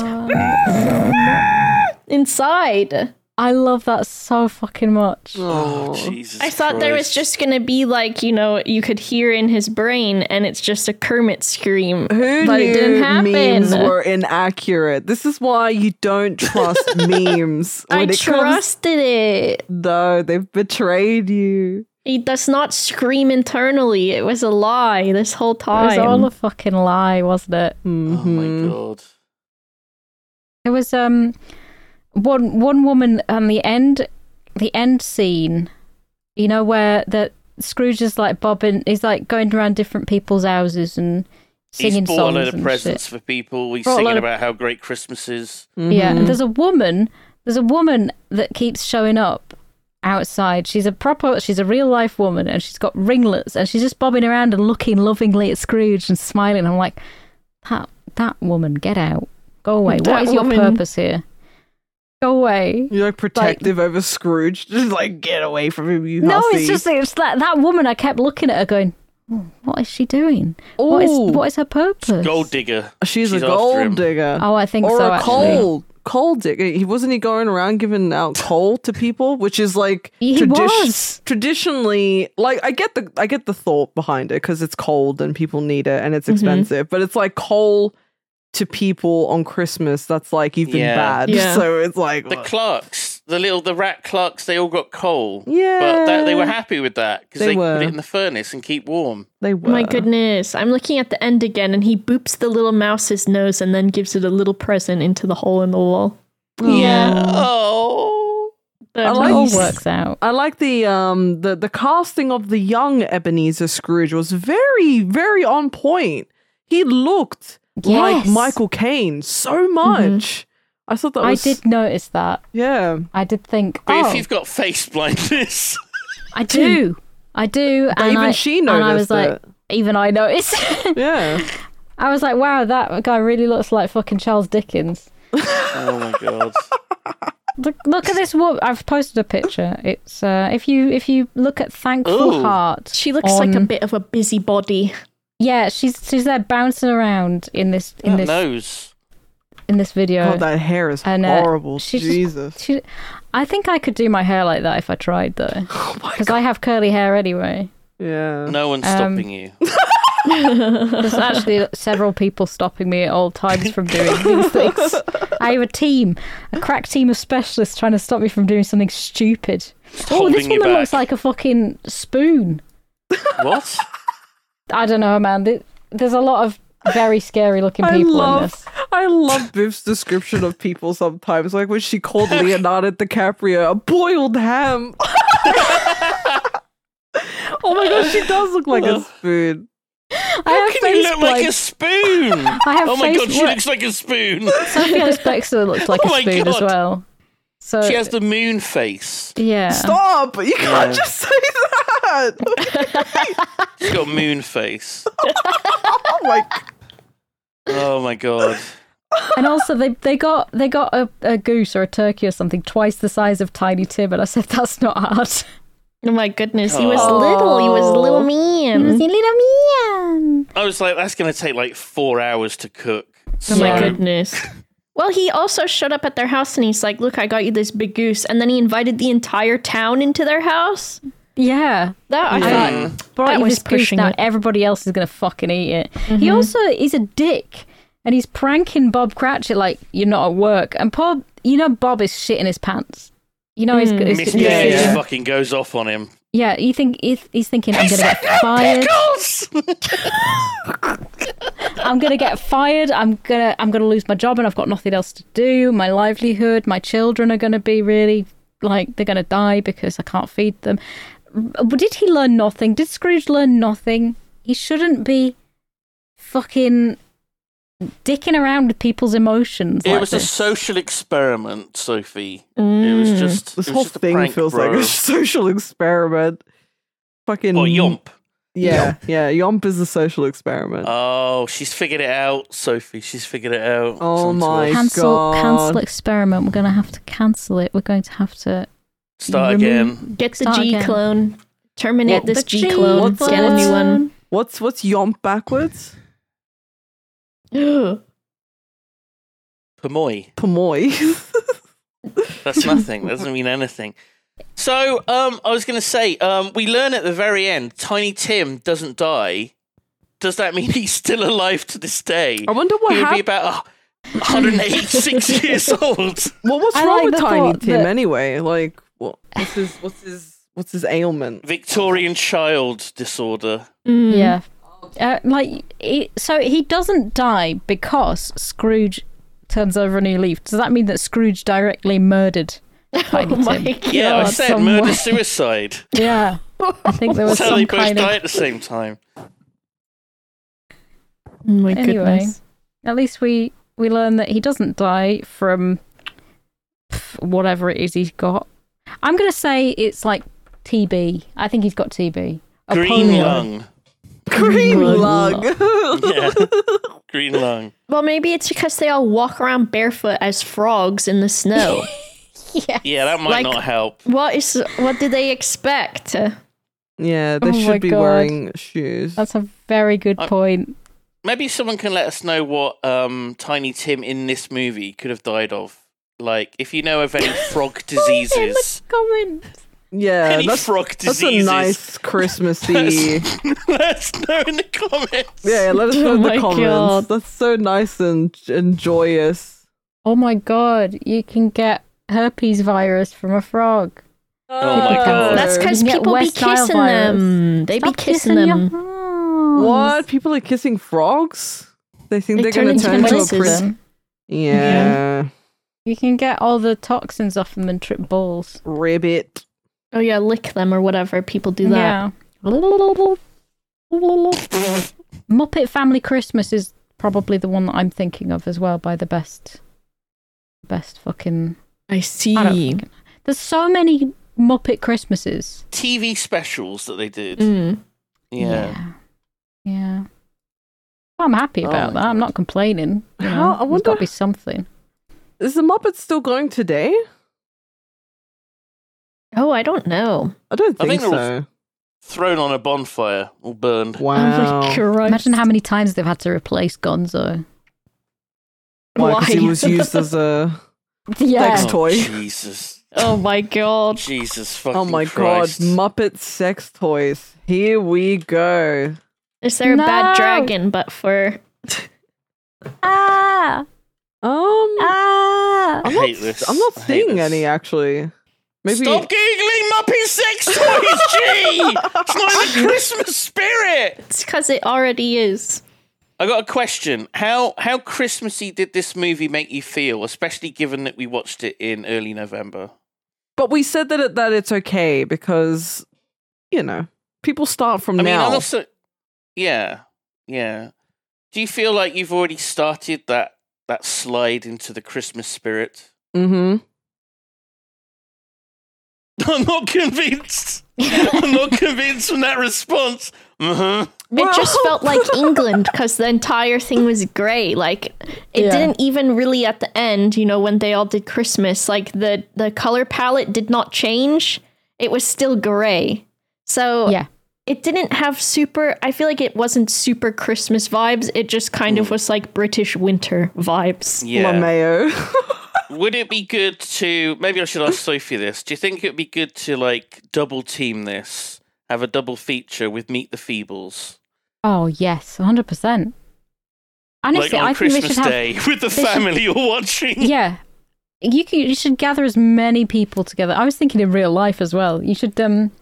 Ah! inside
I love that so fucking much.
oh Jesus!
I thought there was
Christ.
just going to be like, you know, you could hear in his brain and it's just a Kermit scream.
Who
but
knew
it didn't happen.
memes were inaccurate? This is why you don't trust memes.
I
when it comes-
trusted it.
No, they've betrayed you.
He does not scream internally. It was a lie this whole
It was
time.
all a fucking lie, wasn't it?
Hmm.
Oh my
Mm-hmm.
god.
There was um one one woman on the end the end scene, you know, where the Scrooge is like bobbing he's like going around different people's houses and singing
He's bought
songs
a load of
and
presents
shit.
for people. He's
Brought a
singing
lot of-
about how great Christmas is.
Yeah,
Mm-hmm.
and there's a woman there's a woman that keeps showing up outside. She's a proper she's a real life woman and she's got ringlets and she's just bobbing around and looking lovingly at Scrooge and smiling. I'm like, That that woman, get out. Go away.
That
what is your
woman.
purpose here? Go away.
You're like protective over Scrooge. Just like get away from him, you
No,
hussy.
it's just it's that that woman. I kept looking at her, going, "Oh, "What is she doing? What is
Ooh.
what is her purpose?"
Gold digger.
she's, a
after him.
gold digger.
Oh, I think
or
so.
a
actually.
coal coal digger. He wasn't he going around giving out coal to people, which is like
He was.
traditionally like I get the I get the thought behind it because it's cold and people need it and it's
Mm-hmm.
expensive, but it's like coal to people on Christmas. That's like you've been
Yeah.
bad,
Yeah.
so it's like
The clerks, the little, the rat clerks, they all got coal.
Yeah.
But that, they were happy with that because
They
they,
were.
put it in the furnace and keep warm.
they
Oh
were.
my goodness. I'm looking at the end again and he boops the little mouse's nose and then gives it a little present into the hole in the wall.
Yeah. Oh.
That
like-
It all
Nice.
works out.
I like the um the the casting of the young Ebenezer Scrooge was very very on point. He looked like
Yes. Mm-hmm.
Michael Caine so much. I thought that
I
was
did notice that.
yeah.
I did think,
But
oh,
if you've got face blindness,
I do, I do.
But
and
even
I,
she
And I was
noticed
like,
it.
even I noticed.
Yeah.
I was like, wow, that guy really looks like fucking Charles Dickens.
oh my god.
Look, look at this woman. I've posted a picture. It's uh, if you if you look at Thankful
Ooh.
Heart,
she looks like a
on-
bit of a busybody.
Yeah, she's she's there bouncing around in this in
That
this
nose.
in this video.
God, that hair is
And, uh,
horrible.
she's just-
Jesus.
She, I think I could do my hair like that if I tried though,
oh my
because I have curly hair anyway.
Yeah.
No one's
Um,
stopping you.
There's actually several people stopping me at all times from doing these things. I have a team, a crack team of specialists trying to stop me from doing something stupid. Oh, this
holding you
woman looks
back.
like a fucking spoon.
What?
I don't know, man. Th- There's a lot of very scary looking
I
people in
love
this.
I love Biff's description of people sometimes, like when she called Leonardo DiCaprio a boiled ham. oh my gosh, she does look like a spoon.
I have
Can you
face
look like a
blind-
spoon?
I have
oh my
face
god, she
bl-
looks like a spoon.
Sophia Spexer looks like
Oh
a
my
spoon as
God.
well. So
she has the moon face.
yeah.
Stop! You can't just say that.
She's got moon face.
Oh my
Oh my god.
And also they they got they got a, a goose or a turkey or something twice the size of Tiny Tim and I said that's not hard.
Oh my goodness. He was little. He was a little man.
I was like, that's going to take like four hours to cook.
Oh
So-
my goodness. Well, he also showed up at their house and he's like, Look, I got you this big goose. And then he invited the entire town into their house.
Yeah.
That I
Yeah.
thought
Mm.
Brought
that
you
was
this goose
pushing
now
it.
everybody else is gonna fucking eat it. He also is a dick and he's pranking Bob Cratchit like you're not at work. And Bob you know Bob is shitting his pants. You know he's, he's,
Miss
he's,
Piggy
Yeah.
just fucking goes off on him.
Yeah, you think he's, he's thinking I'm gonna get fired. I'm gonna get fired. I'm gonna I'm gonna lose my job, and I've got nothing else to do. My livelihood, my children are gonna be really like they're gonna die because I can't feed them. But did he learn nothing? Did Scrooge learn nothing? He shouldn't be fucking dicking around with people's emotions.
It
like
was a
this.
social experiment, Sophie. It was just
This
it was
whole
just a
thing
prank,
feels
bro.
like a social experiment. Fucking
Or Oh, yomp.
Yeah, yeah. Yomp is a social experiment.
Oh, she's figured it out, Sophie. She's figured it out. It's
Oh
onto
my-
us.
cancel
God.
cancel experiment. We're gonna have to cancel it. We're going to have to
Start
remove-
again.
Get the
Start
G
again.
clone. Terminate
What-
this
The
G
G
clone.
clone.
Get a new one.
What's what's yomp backwards?
Pomoy.
Pomoy.
That's nothing. that doesn't mean anything. So, um, I was going to say, um, we learn at the very end, Tiny Tim doesn't die. Does that mean he's still alive to this day?
I wonder what
He'll be
happened.
about a 186 years old.
What was
I
wrong
like
with
the
Tiny
thought
Tim
that-
anyway? Like, what, what's his what's his what's his ailment?
Victorian child disorder.
Hmm. Mm.
Yeah. Uh, like, he, so he doesn't die because Scrooge turns over a new leaf. Does that mean that Scrooge directly murdered
Oh
Tiny Tim?
Yeah, I
God,
said
some
murder
way.
suicide.
Yeah. I think there was
So they
some
both
kind
die
of.
at the same time.
Oh my
Anyway.
goodness.
At least we we learn that he doesn't die from pff, whatever it is he's got. I'm gonna say it's like TB. I think he's got TB. Or
Green
polio.
lung.
Green
lung.
lung.
Yeah. Green lung.
Well, maybe it's because they all walk around barefoot as frogs in the snow.
Yeah, that might
Like-
not help.
what is? What do they expect?
Uh,
yeah, they
Oh my
should be
God.
wearing shoes.
That's a very good
I-
point.
Maybe someone can let us know what um, Tiny Tim in this movie could have died of. Like, if you know of any frog diseases.
Comment.
yeah,
Any
that's,
frog
that's a
diseases.
nice Christmassy.
let us know in the comments.
yeah, let us know
Oh
in
my
the comments.
God.
That's so nice and, and joyous.
Oh my god, you can get herpes virus from a frog.
Oh my god.
That's because
You get
people be
West Nile
kissing
virus.
them. They
Stop
be kissing them.
your arms.
What? People are kissing frogs? They think
They
they are
turn
going
into
to turn into a
tortoises.
prince. Yeah.
You can get all the toxins off them and trip balls.
Ribbit.
Oh yeah, lick them or whatever. People do that.
Yeah. Muppet Family Christmas is probably the one that I'm thinking of as well by the best best fucking
I see.
I don't fucking- There's so many Muppet Christmases.
TV specials that they did.
Mm.
Yeah.
Yeah. Yeah. Well, I'm happy
Oh
about
my
that. I'm not complaining. You know,
How- I
There's got to
wonder-
be something.
Is the Muppet still going today?
Oh, I don't know.
I don't
I
think,
think they're
so.
Thrown on a bonfire or burned.
Oh my
Wow.
Christ.
Imagine how many times they've had to replace Gonzo.
Why? 'Cause he
Why?
was used as a sex
Oh,
toy.
Jesus.
Oh my god.
Jesus fucking
Oh my
Christ.
god, Muppet sex toys. Here we go.
Is there a bad
No.
dragon but for
Ah!
Um
I
Ah!
I'm not,
hate this.
I'm not
I hate
seeing
this.
any actually. Maybe
Stop giggling, Muppet sex toys, G! It's not in the Christmas spirit!
it's because it already is.
I got a question. How how Christmassy did this movie make you feel, especially given that we watched it in early November?
But we said that it, that it's okay because you know, people start from
I mean,
now.
I'm also Yeah. Yeah. Do you feel like you've already started that that slide into the Christmas spirit?
mm-hmm.
I'm not convinced. I'm not convinced from that response. hmm
It just felt like England because the entire thing was grey. Like it
Yeah.
didn't even really at the end, you know, when they all did Christmas, like the the color palette did not change. It was still grey. So
Yeah.
it didn't have super I feel like it wasn't super Christmas vibes. It just kind of was like British winter vibes.
Yeah.
Mayo.
Would it be good to maybe I should ask Sophie this? Do you think it would be good to like double team this? Have a double feature with Meet the Feebles,
Oh, yes, 100%. Honestly,
like on
I think
Christmas
they should have.
Day with the
they should-
family all watching.
Yeah. You, c you should gather as many people together. I was thinking in real life as well. You should um,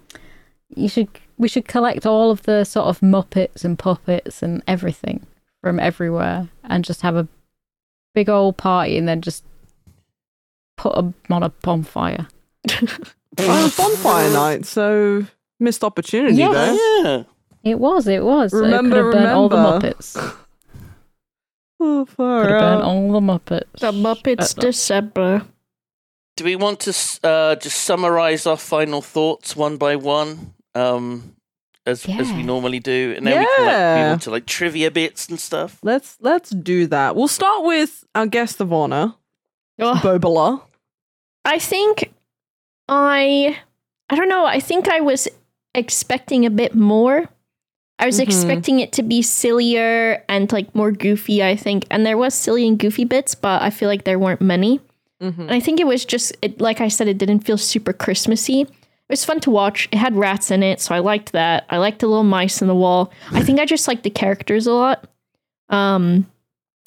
you should we should collect all of the sort of muppets and puppets and everything from everywhere and just have a big old party and then just put 'em on a bonfire.
I was bonfire night, so missed opportunity
Yes.
there.
Yeah.
It was, it was.
Remember,
it could have burnt all the
remember.
muppets.
Oh, far
Could have burnt
out.
all the muppets.
The Muppets
Shut up.
December.
Do we want to s- uh, just summarize our final thoughts one by one, um, as as we
Yeah.
normally do, and then we can like,
Yeah.
move on to like trivia bits and stuff.
Let's let's do that. We'll start with our guest of honor,
Ah.
Ugh.
Bobola.
I think I I don't know, I think I was expecting a bit more. I was
Mhm.
expecting it to be sillier and like more goofy, I think. And there was silly and goofy bits, but I feel like there weren't many.
Mm-hmm.
And I think it was just it, like I said it didn't feel super Christmassy. It was fun to watch. It had rats in it, so I liked that. I liked the little mice in the wall. I think I just liked the characters a lot. Um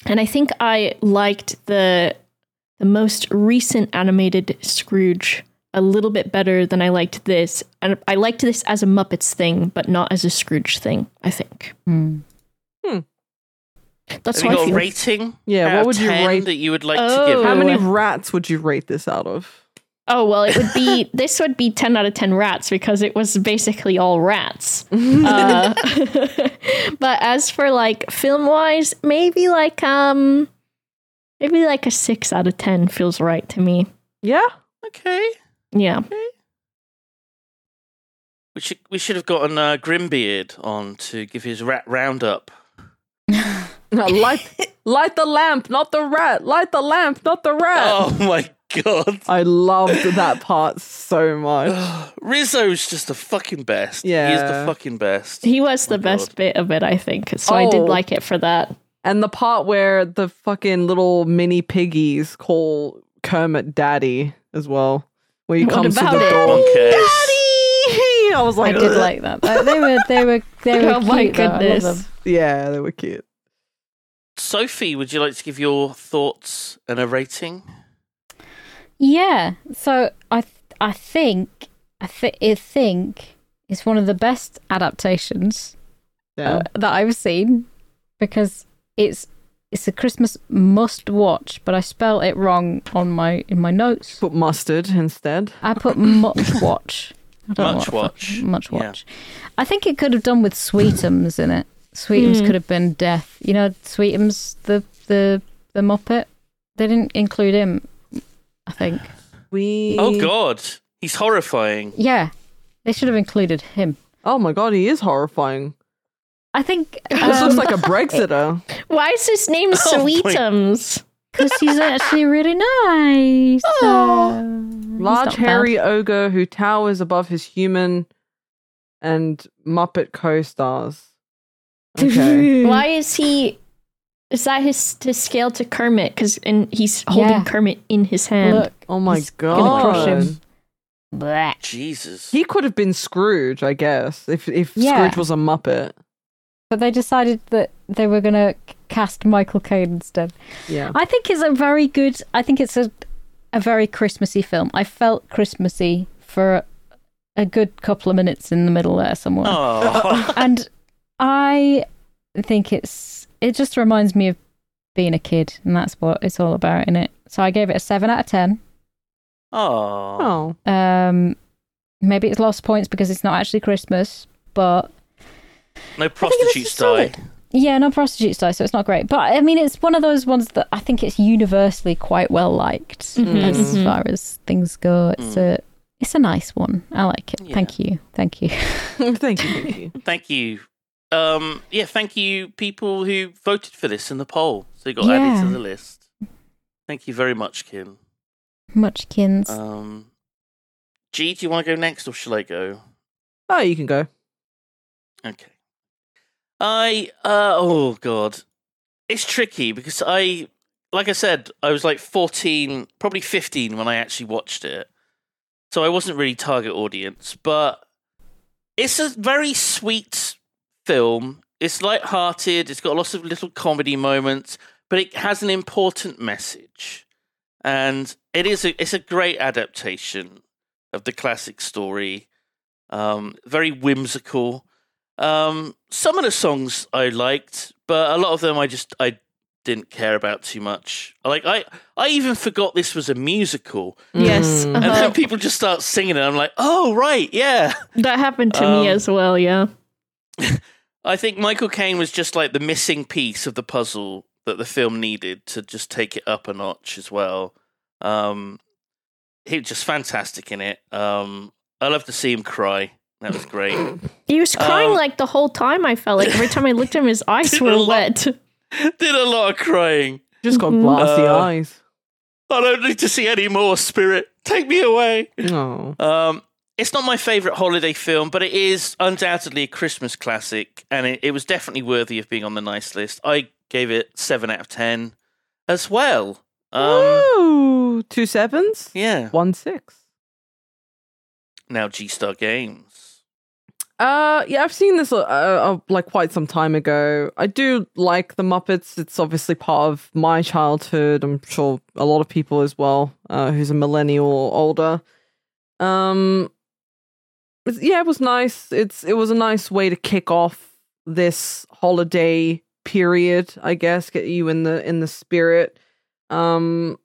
and I think I liked the the most recent animated Scrooge a little bit better than I liked this. And I liked this as a Muppets thing, but not as a Scrooge thing, I think.
Hmm.
That's
Have
how
you
I
got a
feel.
rating?
Yeah,
out
what
of
would you
10
rate-
that you would like
Oh.
to give?
How
it?
many rats would you rate this out of?
Oh well, it would be this would be ten out of ten rats because it was basically all rats. Uh, but as for like film wise, maybe like um, maybe like a six out of ten feels right to me.
Yeah.
Okay.
Yeah,
We should we should have gotten uh, Grimbeard on to give his rat roundup.
light, light the lamp, not the rat. Light the lamp, not the rat.
Oh my god,
I loved that part so much.
Rizzo's just the fucking best. he's the
Yeah.
fucking best.
he was the
Oh, God.
best bit of it, I think. So I did
Oh.
like it for that.
And the part where the fucking little mini piggies call Kermit daddy as well. Where he
What
comes to the
about it?
door. Daddy! I was
I
like,
did like that. Uh, they were they were they were
oh
cute.
my
though. I love
goodness!
them.
yeah, they were cute.
Sophie, would you like to give your thoughts and a rating?
Yeah. So I th- I think I, th- I think it's one of the best adaptations
Yeah.
uh, that I've seen because it's it's a Christmas must watch, but I spelled it wrong on my in my notes.
Put mustard instead.
I put much watch. I don't know
Much
what
watch.
fuck- Much
Yeah.
watch. I think it could have done with Sweetums in it. Sweetums
Hmm.
could have been death. You know, Sweetums the the the Muppet. They didn't include him. I think.
We.
Oh god, he's horrifying.
Yeah, they should have included him.
Oh my god, he is horrifying.
I think um,
This
because
looks like a Brexiter.
Why is his name
Oh my-
Sweetums?
he's actually really nice.
Oh.
Uh, he's
Large
not bad.
hairy ogre who towers above his human and Muppet co stars. Okay.
Why is he? Is that his his scale to Kermit? Because and he's holding
Yeah.
Kermit in his hand.
Look,
Oh my
He's
god.
gonna crush him. bleh.
Jesus.
He could have been Scrooge, I guess, if if
Yeah.
Scrooge was a Muppet.
but they decided that they were gonna c- cast Michael Caine instead.
Yeah.
I think it's a very good. I think it's a a very Christmassy film. I felt Christmassy for a good couple of minutes in the middle there somewhere.
Oh,
and I think it's it just reminds me of being a kid, and that's what it's all about in it. So I gave it a seven out of ten.
oh.
Oh.
Um, maybe it's lost points because it's not actually Christmas, but
no
think it was
prostitutes die.
solid. yeah, no prostitutes die, so it's not great. But I mean, it's one of those ones that I think it's universally quite well liked
Mhm.
as
Mhm.
far as things go. It's a it's a nice one. I like it. Thank you. Thank you.
thank you, thank you.
Thank you. Um, yeah, thank you, people who voted for this in the poll. So you got added to
Yeah.
the list. Thank you very much, Kim.
Muchkins.
Um, G, do you want to go next or shall I go?
Oh, you can go.
Okay. I uh oh god. It's tricky because I like I said, I was like 14, probably 15 when I actually watched it. So I wasn't really target audience, but it's a very sweet film. It's light-hearted, it's got lots of little comedy moments, but it has an important message. And it is a it's a great adaptation of the classic story. Um very whimsical. Um, some of the songs I liked, but a lot of them I just I didn't care about too much. Like I, I even forgot this was a musical,
Yes,
Mm.
Hmm. and
uh-huh.
then people just start singing it. I'm like, oh right, yeah.
that happened to
Um,
me as well. Yeah.
I think Michael Caine was just like the missing piece of the puzzle that the film needed to just take it up a notch as well. Um, he was just fantastic in it. Um, I love to see him cry. That was great.
He was crying
Um,
like the whole time. I felt like every time I looked at him, his eyes
Did
were
a lot.
wet.
Did a lot of crying.
Just got
Mhm.
glassy
Uh,
eyes.
I don't need to see any more. Spirit, take me away.
Oh.
Um, it's not my favorite holiday film, but it is undoubtedly a Christmas classic, and it, it was definitely worthy of being on the nice list. I gave it seven out of ten as well. Um,
Woo! Two sevens?
yeah.
One six.
Now G Star Games.
Uh, yeah, I've seen this uh, uh, like quite some time ago. I do like the Muppets. It's obviously part of my childhood. I'm sure a lot of people as well, uh, who's a millennial or older. Um, it's- yeah, it was nice. It's it was a nice way to kick off this holiday period, I guess. Get you in the in the spirit. Um,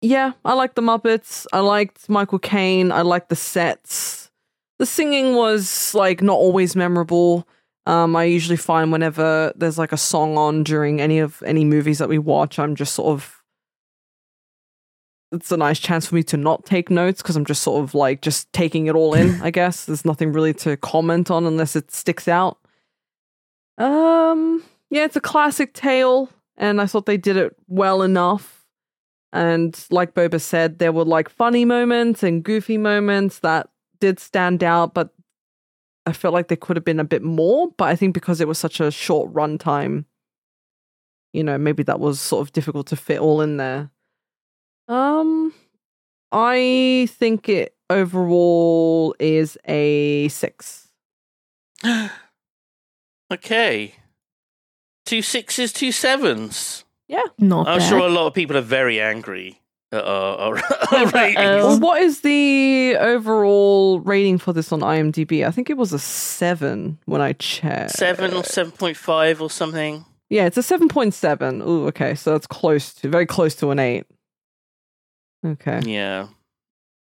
yeah, I liked the Muppets. I liked Michael Caine. I liked the sets. The singing was like not always memorable. Um, I usually find whenever there's like a song on during any of any movies that we watch, I'm just sort of it's a nice chance for me to not take notes because I'm just sort of like just taking it all in, I guess. There's nothing really to comment on unless it sticks out. Um, yeah, it's a classic tale, and I thought they did it well enough. And like Boba said, there were like funny moments and goofy moments that did stand out, but I felt like there could have been a bit more. But I think because it was such a short runtime, you know, maybe that was sort of difficult to fit all in there. Um, I think it overall is a six.
Okay. Two sixes, two sevens.
Not
I'm
bad.
sure a lot of people are very angry at our, our, our ratings.
Well, what is the overall rating for this on IMDb? I think it was a seven when I checked.
Seven or 7.5 or something.
Yeah, it's a seven point seven. Ooh, okay, so that's close to very close to an eight. Okay.
Yeah,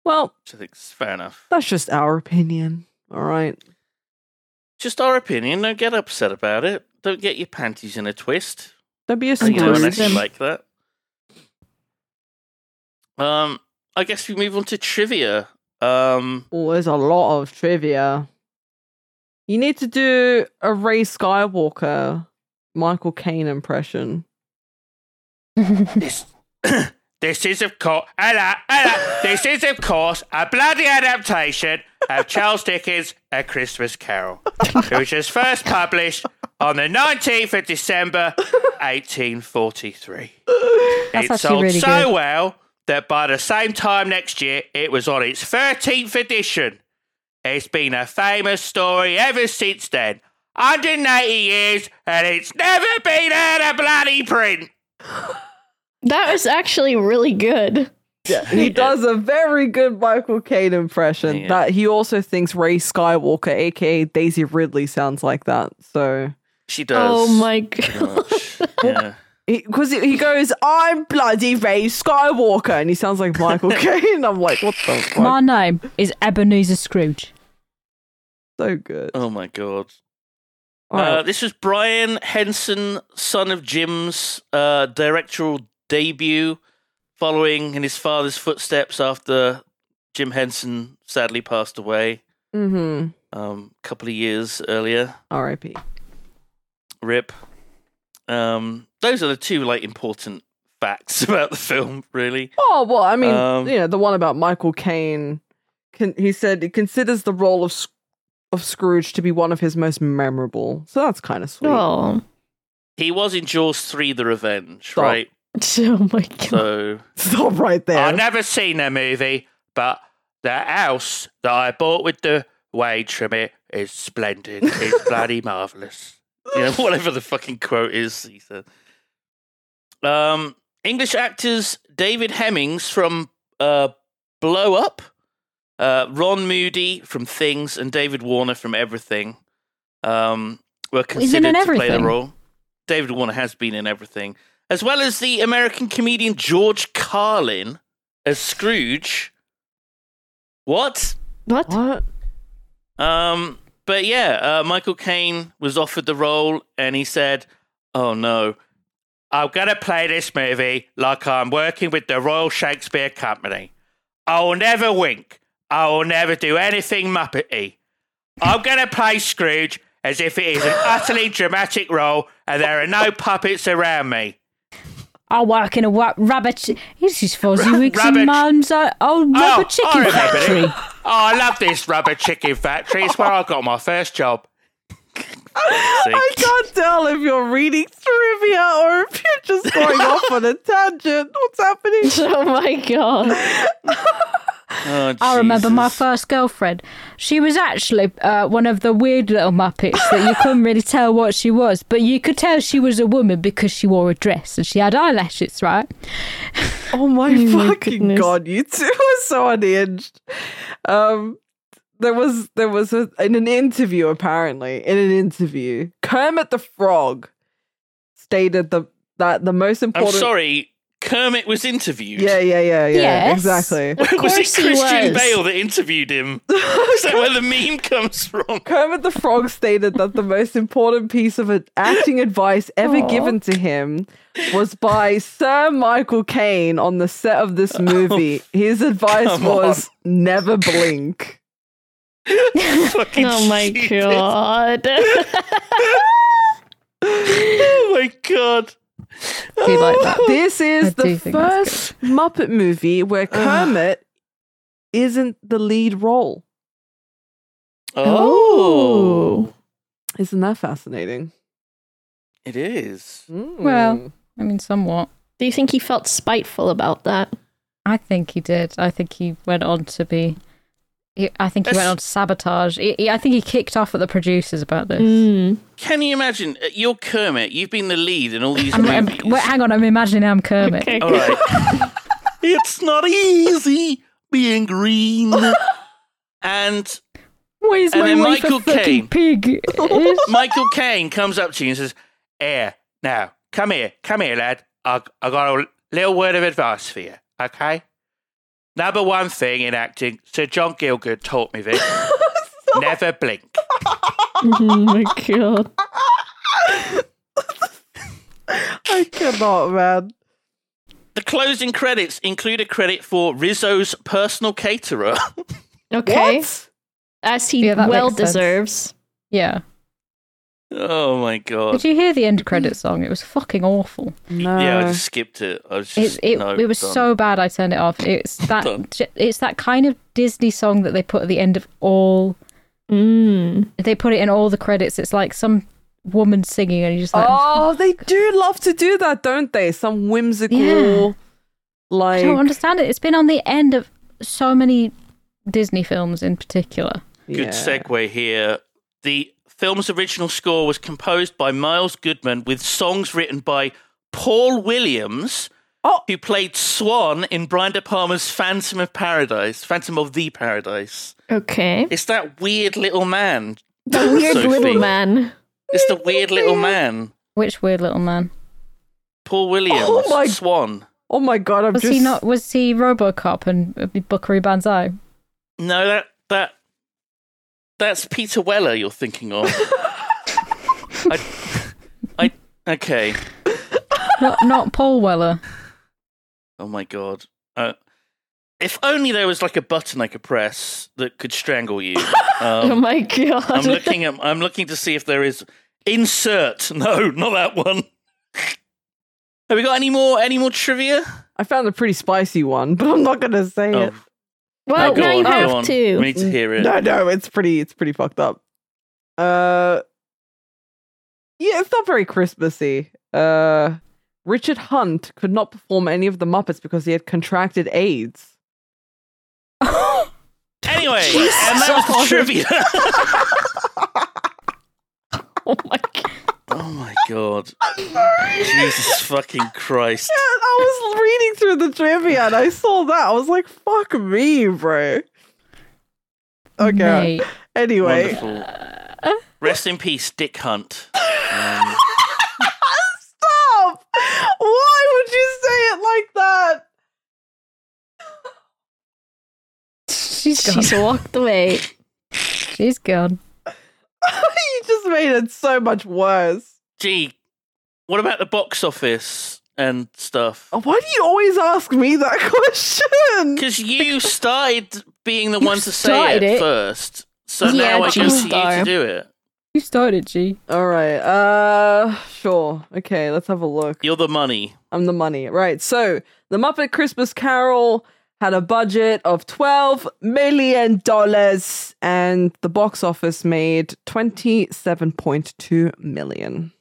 Well,
which I think is fair enough.
that's just our opinion. All right.
Just our opinion. Don't get upset about it. Don't get your panties in a twist.
Don't be a
You know,
snoop.
unless you like that. Um, I guess we move on to trivia. Um,
Oh, there's a lot of trivia. You need to do a Ray Skywalker Michael Caine impression.
This, this is of course, hello, hello. This is of course a bloody adaptation of Charles Dickens' A Christmas Carol, which was first published on the 19th of December, 1843.
That's
it
actually
sold
really
so
good.
well that by the same time next year, it was on its 13th edition. It's been a famous story ever since then. 180 years, and it's never been out of bloody print.
That was actually really good.
He does a very good Michael Caine impression
Yeah.
that he also thinks Ray Skywalker, aka Daisy Ridley, sounds like that. So
She does.
Oh my god.
yeah.
because he, he goes, "I'm bloody Ray Skywalker," and he sounds like Michael Caine. I'm like, what the fuck?
My name is Ebenezer Scrooge.
so good.
Oh my god.
All right.
Uh, this was Brian Henson, son of Jim's uh, directorial debut, following in his father's footsteps after Jim Henson sadly passed away
mm-hmm.
um, a couple of years earlier.
R.I.P.
Rip. Um, those are the two like important facts about the film, really.
Oh well, I mean,
Um,
you know, the one about Michael Caine. Can, he said he considers the role of Sc- of Scrooge to be one of his most memorable. So that's kind of sweet.
Oh.
He was in Jaws 3 The Revenge,
Stop.
right?
oh my god.
So.
Stop right there.
I've never seen the movie, but the house that I bought with the wage from it is splendid. It's bloody marvelous. You know, whatever the fucking quote is. he said. Um, English actors David Hemmings from uh, Blow Up, uh, Ron Moody from Things, and David Warner from Everything um, were
He's been
considered
in
to play the
everything.
role. David Warner has been in everything, as well as the American comedian George Carlin as Scrooge. What?
What?
What?
Um, but yeah, uh, Michael Caine was offered the role, and he said, "Oh no, I'm gonna play this movie like I'm working with the Royal Shakespeare Company. I will never wink. I will never do anything muppety. I'm gonna play Scrooge as if it is an utterly dramatic role, and there are no puppets around me.
I work in a wa- rabbit. Chi- this is Fuzzy Weeks
rabbit-
and Mum's uh, old rubber
oh, I
chicken
remember
factory.
it. Oh, I love this rubber chicken factory. It's where I got my first job."
I can't tell if you're reading trivia or if you're just going off on a tangent. What's happening?
Oh my god.
Oh,
I remember my
Jesus.
first girlfriend. She was actually uh, one of the weird little Muppets that you couldn't really tell what she was, but you could tell she was a woman because she wore a dress and she had eyelashes, right?
Oh my
my
fucking
goodness.
god, you two are so unhinged. Um, there was there was a, in an interview apparently in an interview Kermit the Frog stated the that the most
I'm
important.
sorry, Kermit was interviewed.
Yeah, yeah, yeah, yeah.
Yes.
Exactly.
Of
was it
course he
Christian
was.
Bale that interviewed him? Is that where the meme comes from?
Kermit the Frog stated that the most important piece of ad- acting advice ever given to him was by Sir Michael Caine on the set of this movie. His advice
Oh. come
was never blink.
Fucking
Oh my
stupid.
god.
Oh my god.
Do like that.
This is
do
the
think that's
first Muppet movie where Kermit isn't the lead role.
Oh.
Isn't that fascinating?
It is.
Hmm.
Well. I mean, somewhat.
Do you think he felt spiteful about that?
I think he did. I think he went on to be. he- I think he went
That's-
on to sabotage. He- he- I think he kicked off at the producers about this.
Mm.
Can you imagine? Uh, You're Kermit. You've been the lead in all these
I'm, I'm-
movies.
wait, hang on, I'm imagining I'm Kermit.
Okay.
all right. it's not easy being green. and
Where's
And
my
then
wife
Michael
a fucking
Caine.
pig?
Michael Caine comes up to you and says, "Here, now, come here, come here, lad. I, I got a little word of advice for you, okay? Number one thing in acting, Sir John Gilgood taught me this: never blink.
oh my god.
I cannot, man.
The closing credits include a credit for Rizzo's personal caterer.
Okay. As he
Yeah, that
well
makes sense.
deserves.
yeah.
oh my god!
Did you hear the end credit song? It was fucking awful.
No.
yeah, I just skipped it. I was just
It it,
no,
it was
done.
so bad. I turned it off. It's
Done.
that j- it's that kind of Disney song that they put at the end of all.
Mm.
They put it in all the credits. It's like some woman singing, and you just like,
Oh, they do love to do that, don't they? Some whimsical,
Yeah. I
like
don't understand it. It's been on the end of so many Disney films in particular.
Good segue here. The film's original score was composed by Miles Goodman with songs written by Paul Williams,
Oh.
who played Swan in Brian De Palma's Phantom of Paradise, Phantom of the Paradise.
Okay.
It's that weird little man.
The weird
Sophie.
little man.
It's the weird little man.
Which weird little man
Paul Williams,
Oh my-
Swan.
Oh my god, I'm
was
just
he? Not was he RoboCop and uh, Buckaroo Banzai?
No, that that that's Peter Weller you're thinking of. I, I okay.
Not not Paul Weller.
Oh my god. Uh, if only there was like a button I could press that could strangle you.
oh
Um,
my god.
I'm looking at I'm looking to see if there is insert. No, not that one. Have we got any more any more trivia?
I found a pretty spicy one, but I'm not gonna say
Oh,
it.
well,
go
now
on,
you
go
have
on.
to.
We need to hear it.
No, no, it's pretty it's pretty fucked up. Uh Yeah, it's not very Christmassy. Uh Richard Hunt could not perform any of the Muppets because he had contracted AIDS.
Anyway, and that was the trivia.
Oh my god.
oh my god. Jesus fucking Christ.
Yeah, I was reading through the trivia and I saw that. I was like, fuck me, bro. Okay.
Mate.
Anyway.
Wonderful. Rest in peace, Dick Hunt. Um,
Stop! Why would you say it like that?
She's gone.
She's walked away.
She's gone.
you just made it so much worse.
gee, what about the box office and stuff?
Why do you always ask me that question?
Because you started being the one to say
started
it,
it.
first. So
Yeah,
now I can
you
see you to
are.
do it.
You started, G.
All right. Uh, sure. Okay, let's have a look.
You're the money.
I'm the money. Right. So, The Muppet Christmas Carol had a budget of 12 million dollars and the box office made 27.2 million.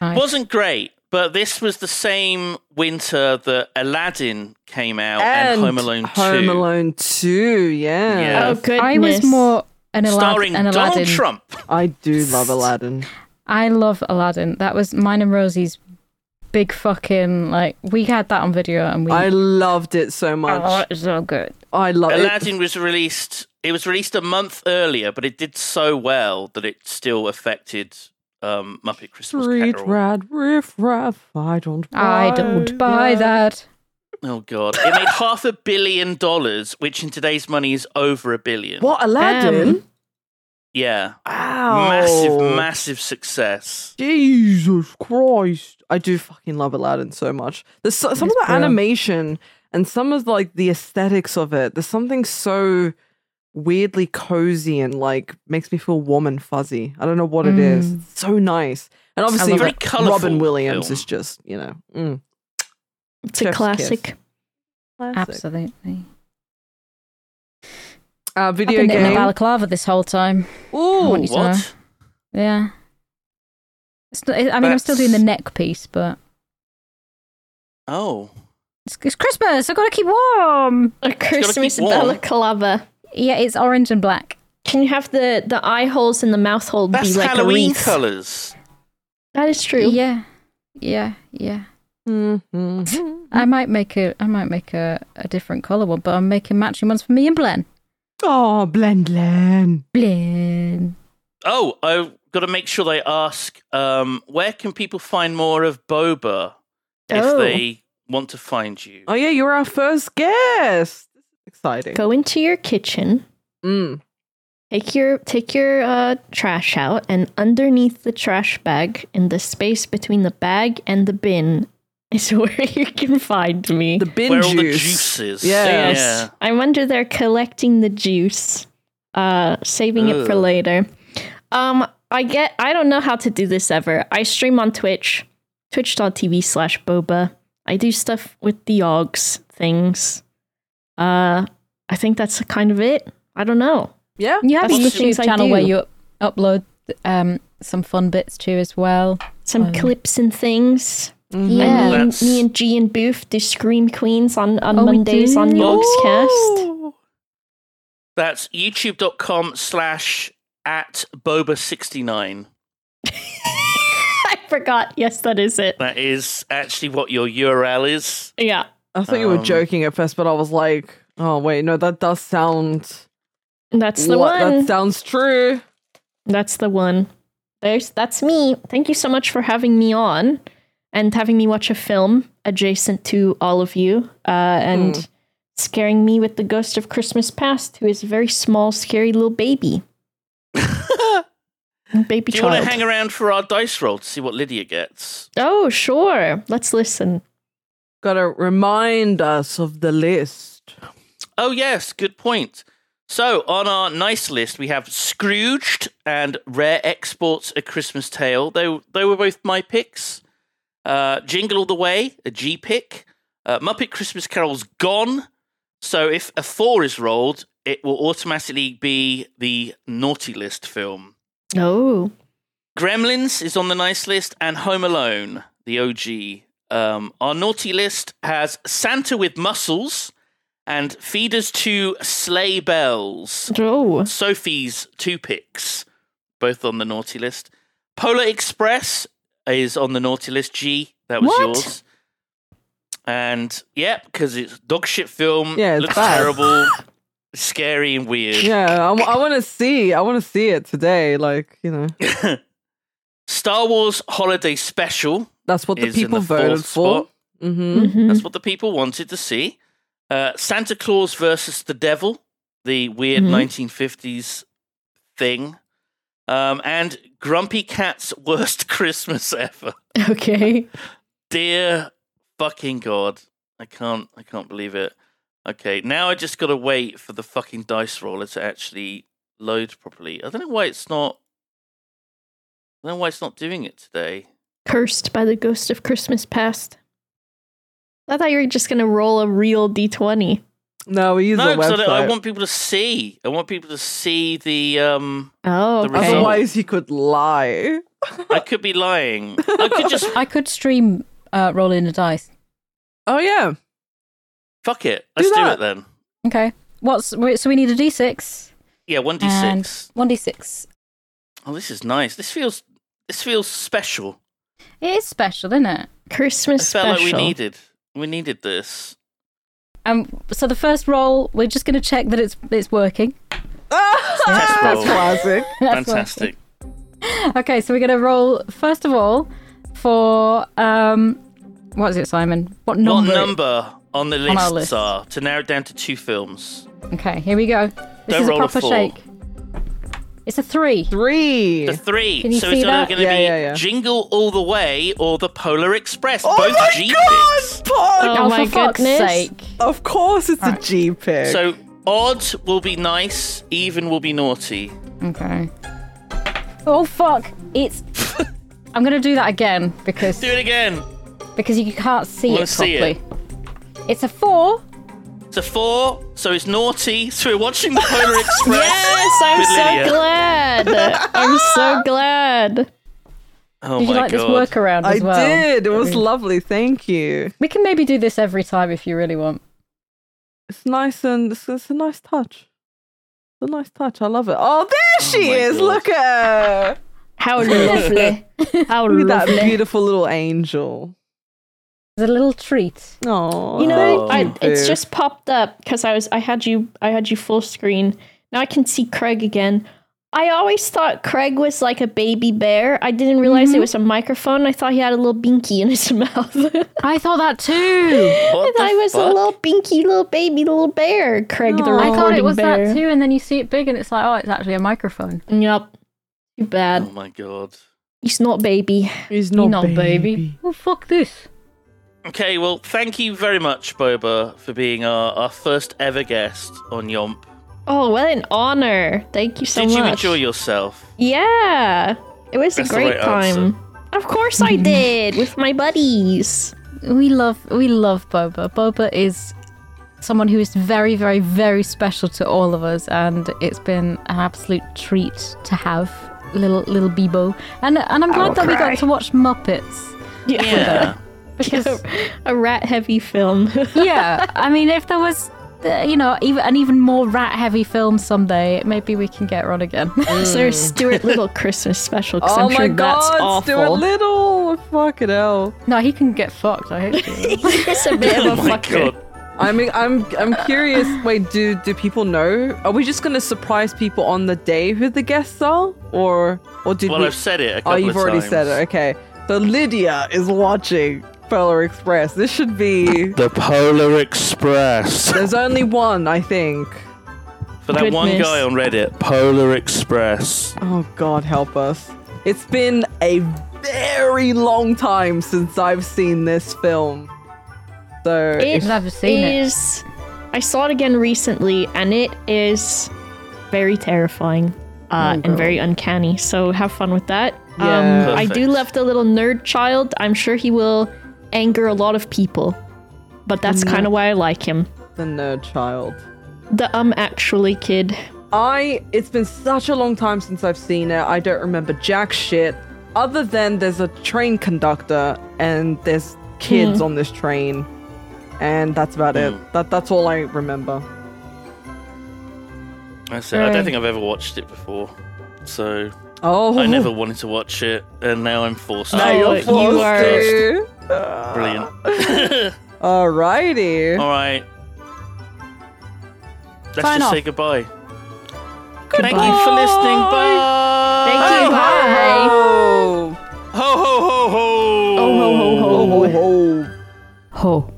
Nice.
Wasn't great, But this was the same winter that Aladdin came out and,
And
Home Alone 2.
Home Alone 2, yeah.
Yeah. Oh,
goodness.
I was more an, Alad-
starring
an Aladdin.
Donald Trump.
I do love Aladdin.
I love Aladdin. That was mine and Rosie's big fucking like we had that on video and we
I loved it so much.
oh, it was so good.
I love it.
Aladdin was released. It was released a month earlier, but it did so well that it still affected um, Muppet Christmas
Street
Carol.
rat, riff raff, I don't
I don't buy that.
Oh god, it made half a billion dollars, which in today's money is over a billion.
What,
Um,
Aladdin?
Yeah,
Wow.
massive, massive success.
Jesus Christ. I do fucking love Aladdin so much. There's so, some of the animation and some of like the aesthetics of it. There's something so weirdly cozy and like makes me feel warm and fuzzy. I don't know what it is. It's so nice. And obviously
Mm. love
Ro-
it. Very colourful
Robin Williams
film.
is just, you know, mm.
It's a
Chef's kiss.
classic.
Absolutely.
Uh,
I've
video
been in a
game.
balaclava this whole time. I
Ooh,
want you to know.
What?
Yeah. It's not, I mean, I'm still
That's-
doing the neck piece, but
Oh,
it's, it's Christmas. I've got to keep warm.
A Christmas
warm.
balaclava.
Yeah, it's orange and black.
Can you have the, the eye holes and the mouth hole
that's
be like a
Halloween
wreath?
colours.
That is true.
Yeah, yeah, yeah.
Mhm.
I might make a I might make a, a different color one, but I'm making matching ones for me and Blen.
Oh, blend, blend.
Blen.
Oh, I've got to make sure they ask. Um, where can people find more of Boba if
Oh.
they want to find you?
Oh yeah, you're our first guest. Exciting.
Go into your kitchen,
Mm.
take your take your uh, trash out, and underneath the trash bag, in the space between the bag and the bin, is where you can find me.
The bin
Where
juice.
all the juices?
Yes.
Yeah.
I'm under there collecting the juice, uh, saving it for
Ugh.
later. Um, I get. I don't know how to do this ever. I stream on Twitch, twitch.tv slash boba. I do stuff with the Augs things. Uh, I think that's kind of it. I don't know.
Yeah.
You have
That's
a
the things
YouTube
I
channel
do.
where you up- upload um some fun bits too as well.
Some clips and things.
Mm-hmm. Yeah.
And me, and,
That's-
me and G and Boof do Scream Queens on, on
Oh, we
Mondays on
do?
the Augscast.
That's youtube.com slash at boba69.
I forgot. Yes, that is it.
That is actually what your URL is.
Yeah.
I thought you were
Um,
joking at first, but I was like, oh wait, no, that does sound.
That's the
what-
one.
That sounds true.
That's the one. There's that's me. Thank you so much for having me on and having me watch a film adjacent to all of you uh, and scaring me with the ghost of Christmas past, who is a very small, scary little baby. baby
Do you want
child.
to hang around for our dice roll to see what Lydia gets?
oh, sure. Let's listen.
Gotta remind us of the list.
Oh, yes, good point. So, on our nice list, we have Scrooged and Rare Exports A Christmas Tale. They, they were both my picks. Uh, Jingle All the Way, a G pick. Uh, Muppet Christmas Carol's Gone. So, if a four is rolled, it will automatically be the Naughty List film.
Oh.
Gremlins is on the nice list, and Home Alone, the OG. Um, our naughty list has Santa with Muscles and Feeders to Sleigh Bells.
Oh.
Sophie's two picks, both on the naughty list. Polar Express is on the naughty list. G, that was
What?
yours. And yeah, because it's dog shit film.
Yeah, it's
looks
bad.
terrible, scary and weird.
Yeah, I, want to see. I want to see it today. Like you know,
Star Wars Holiday Special
that's what the
is in
people
the
voted
fourth
for.
spot.
Mm-hmm.
That's what the people wanted to see. Uh, Santa Claus versus the Devil, the weird
Mm-hmm.
1950s thing. Um, and Grumpy Cat's Worst Christmas Ever.
Okay.
Dear fucking God. I can't I can't believe it. Okay, now I just gotta wait for the fucking dice roller to actually load properly. I don't know why it's not I don't know why it's not doing it today.
Cursed by the ghost of Christmas past. I thought you were just gonna roll a real D twenty.
No, we use
No,
the
'cause I,
website.
don't- I want people to see. I want people to see the um
Oh,
The
okay.
result.
Otherwise, he could lie.
I could be lying. I could just
I could stream uh, rolling the dice.
Oh yeah.
fuck it. Let's do, it then.
Okay. What's so we need a d6
Yeah, one d
and
six.
1d6.
Oh, this is nice. This feels this feels special.
It is special, isn't it?
I
Christmas
felt
special.
like we needed we needed this.
Um, so the first roll, we're just going to check that it's it's working.
Test roll.
Classic.
That's
Fantastic.
working. Okay, so we're going to roll first of all for um, what is it, Simon? What number?
What number on the
our list.
lists are to narrow it down to two films?
Okay, here we go. This
Don't
is
roll a
a proper
four.
shake. It's a three.
Three.
The three.
Can you
so
see
it's either
that?
going to
Yeah,
be
yeah, yeah.
Jingle All the Way or The Polar Express. both G picks.
Oh Pod!
Oh
Oh,
my
for fuck's
goodness.
sake!
Of course, it's a G pick.
So odd will be nice, even will be naughty.
Okay. Oh fuck! It's. I'm going to do that again because
Do it again.
because you can't see it
Wanna see
properly. It's a four.
It's a four, so it's naughty. So we're watching The Polar Express.
Yes, I'm
with
so
Lydia.
glad. I'm so glad.
Oh
Did
my
you like
god.
this workaround
I
as well? Mm.
did. It was lovely. Thank you.
We can maybe do this every time if you really want.
It's nice and it's, it's a nice touch. It's a nice touch. I love it. Oh, there she
my
is.
God.
Look at her.
How lovely. How
Look at that
lovely.
beautiful little angel.
It's a little treat.
Oh,
You know, I,
thank you,
it's
Boo.
just popped up because I was I had you I had you full screen. Now I can see Craig again. I always thought Craig was like a baby bear. I didn't realize it was a microphone. I thought he had a little binky in his mouth.
I thought that too.
I
What
thought
the
he was a
fuck?
little binky little baby little bear. Craig the
I
recording
thought it was
bear.
that too, and then you see it big, and it's like, oh, it's actually a microphone.
Yep. Too
Oh
bad.
my god.
He's not baby.
He's not,
Oh fuck this!
Okay, well, thank you very much, Boba, for being our, our first ever guest on Yomp.
Oh, what an honor. Thank you so
Did
much.
you enjoy yourself?
Yeah. It was
That's
a
the
great
right
time. Of course I did with my buddies.
We love we love Boba. Boba is someone who is very, very, very special to all of us, and it's been an absolute treat to have little little Bebo. And and I'm glad that we got to watch Muppets.
Yeah.
Because
A rat heavy film.
yeah, I mean, if there was, uh, you know, even an even more rat heavy film someday, maybe we can get her on again.
so there's Stuart Little Christmas special because
Mm. Oh
I'm
my
sure that's
god,
awful.
Stuart Little. Fucking hell.
no, he can get fucked. I hate you.
it's a bit
Oh
of a
my
fucker.
god.
I mean, I'm I'm curious. Wait, do do people know? Are we just gonna surprise people on the day who the guests are, or or did
Well,
we?
I've said it a couple
oh, you've
of
already
times.
said it. Okay, so Lydia is watching Polar Express. This should be.
The Polar Express.
There's only one, I think.
For that one
Goodness.
guy on Reddit, Polar Express.
Oh God, help us! It's been a very long time since I've seen this film. So
It
I've never seen it.
is. I saw it again recently, and it is very terrifying uh, and very uncanny. So have fun with that.
Oh, Yeah.
Um, I do
Perfect.
love the little nerd child. I'm sure he will anger a lot of people, but that's
Mm-hmm.
kind of why I like him.
it's the nerd child.
The um actually kid.
I it's been such a long time since I've seen it. I don't remember jack shit other than there's a train conductor and there's kids on this train. And that's about
Hmm.
it. That that's all I remember.
I said I don't think I've ever watched it before, so
Oh,
I never wanted to watch it, and now I'm forced.
Now
to.
you're
you
forced
are-
to.
Brilliant.
Alrighty.
All right. Let's
Sign
just
off.
say goodbye. Thank you for listening. Bye.
Thank you. Bye.
Oh,
Ho ho ho ho.
Oh ho ho ho.
ho, ho.
Ho.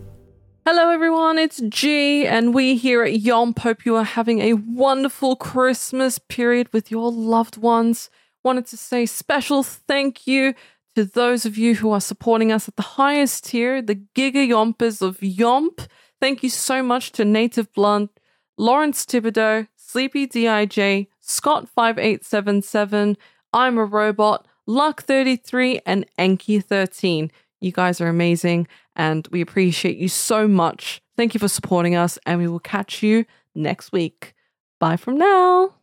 Hello, everyone. It's G, and we here at Yomp hope you are having a wonderful Christmas period with your loved ones. Wanted to say special thank you to those of you who are supporting us at the highest tier, the Giga Yompers of Yomp. Thank you so much to Native Blunt, Lawrence Thibodeau, Sleepy Dij, Scott five eight seven seven, I'm a Robot, Luck thirty three, and Enki thirteen. You guys are amazing, and we appreciate you so much. Thank you for supporting us, and we will catch you next week. Bye from now.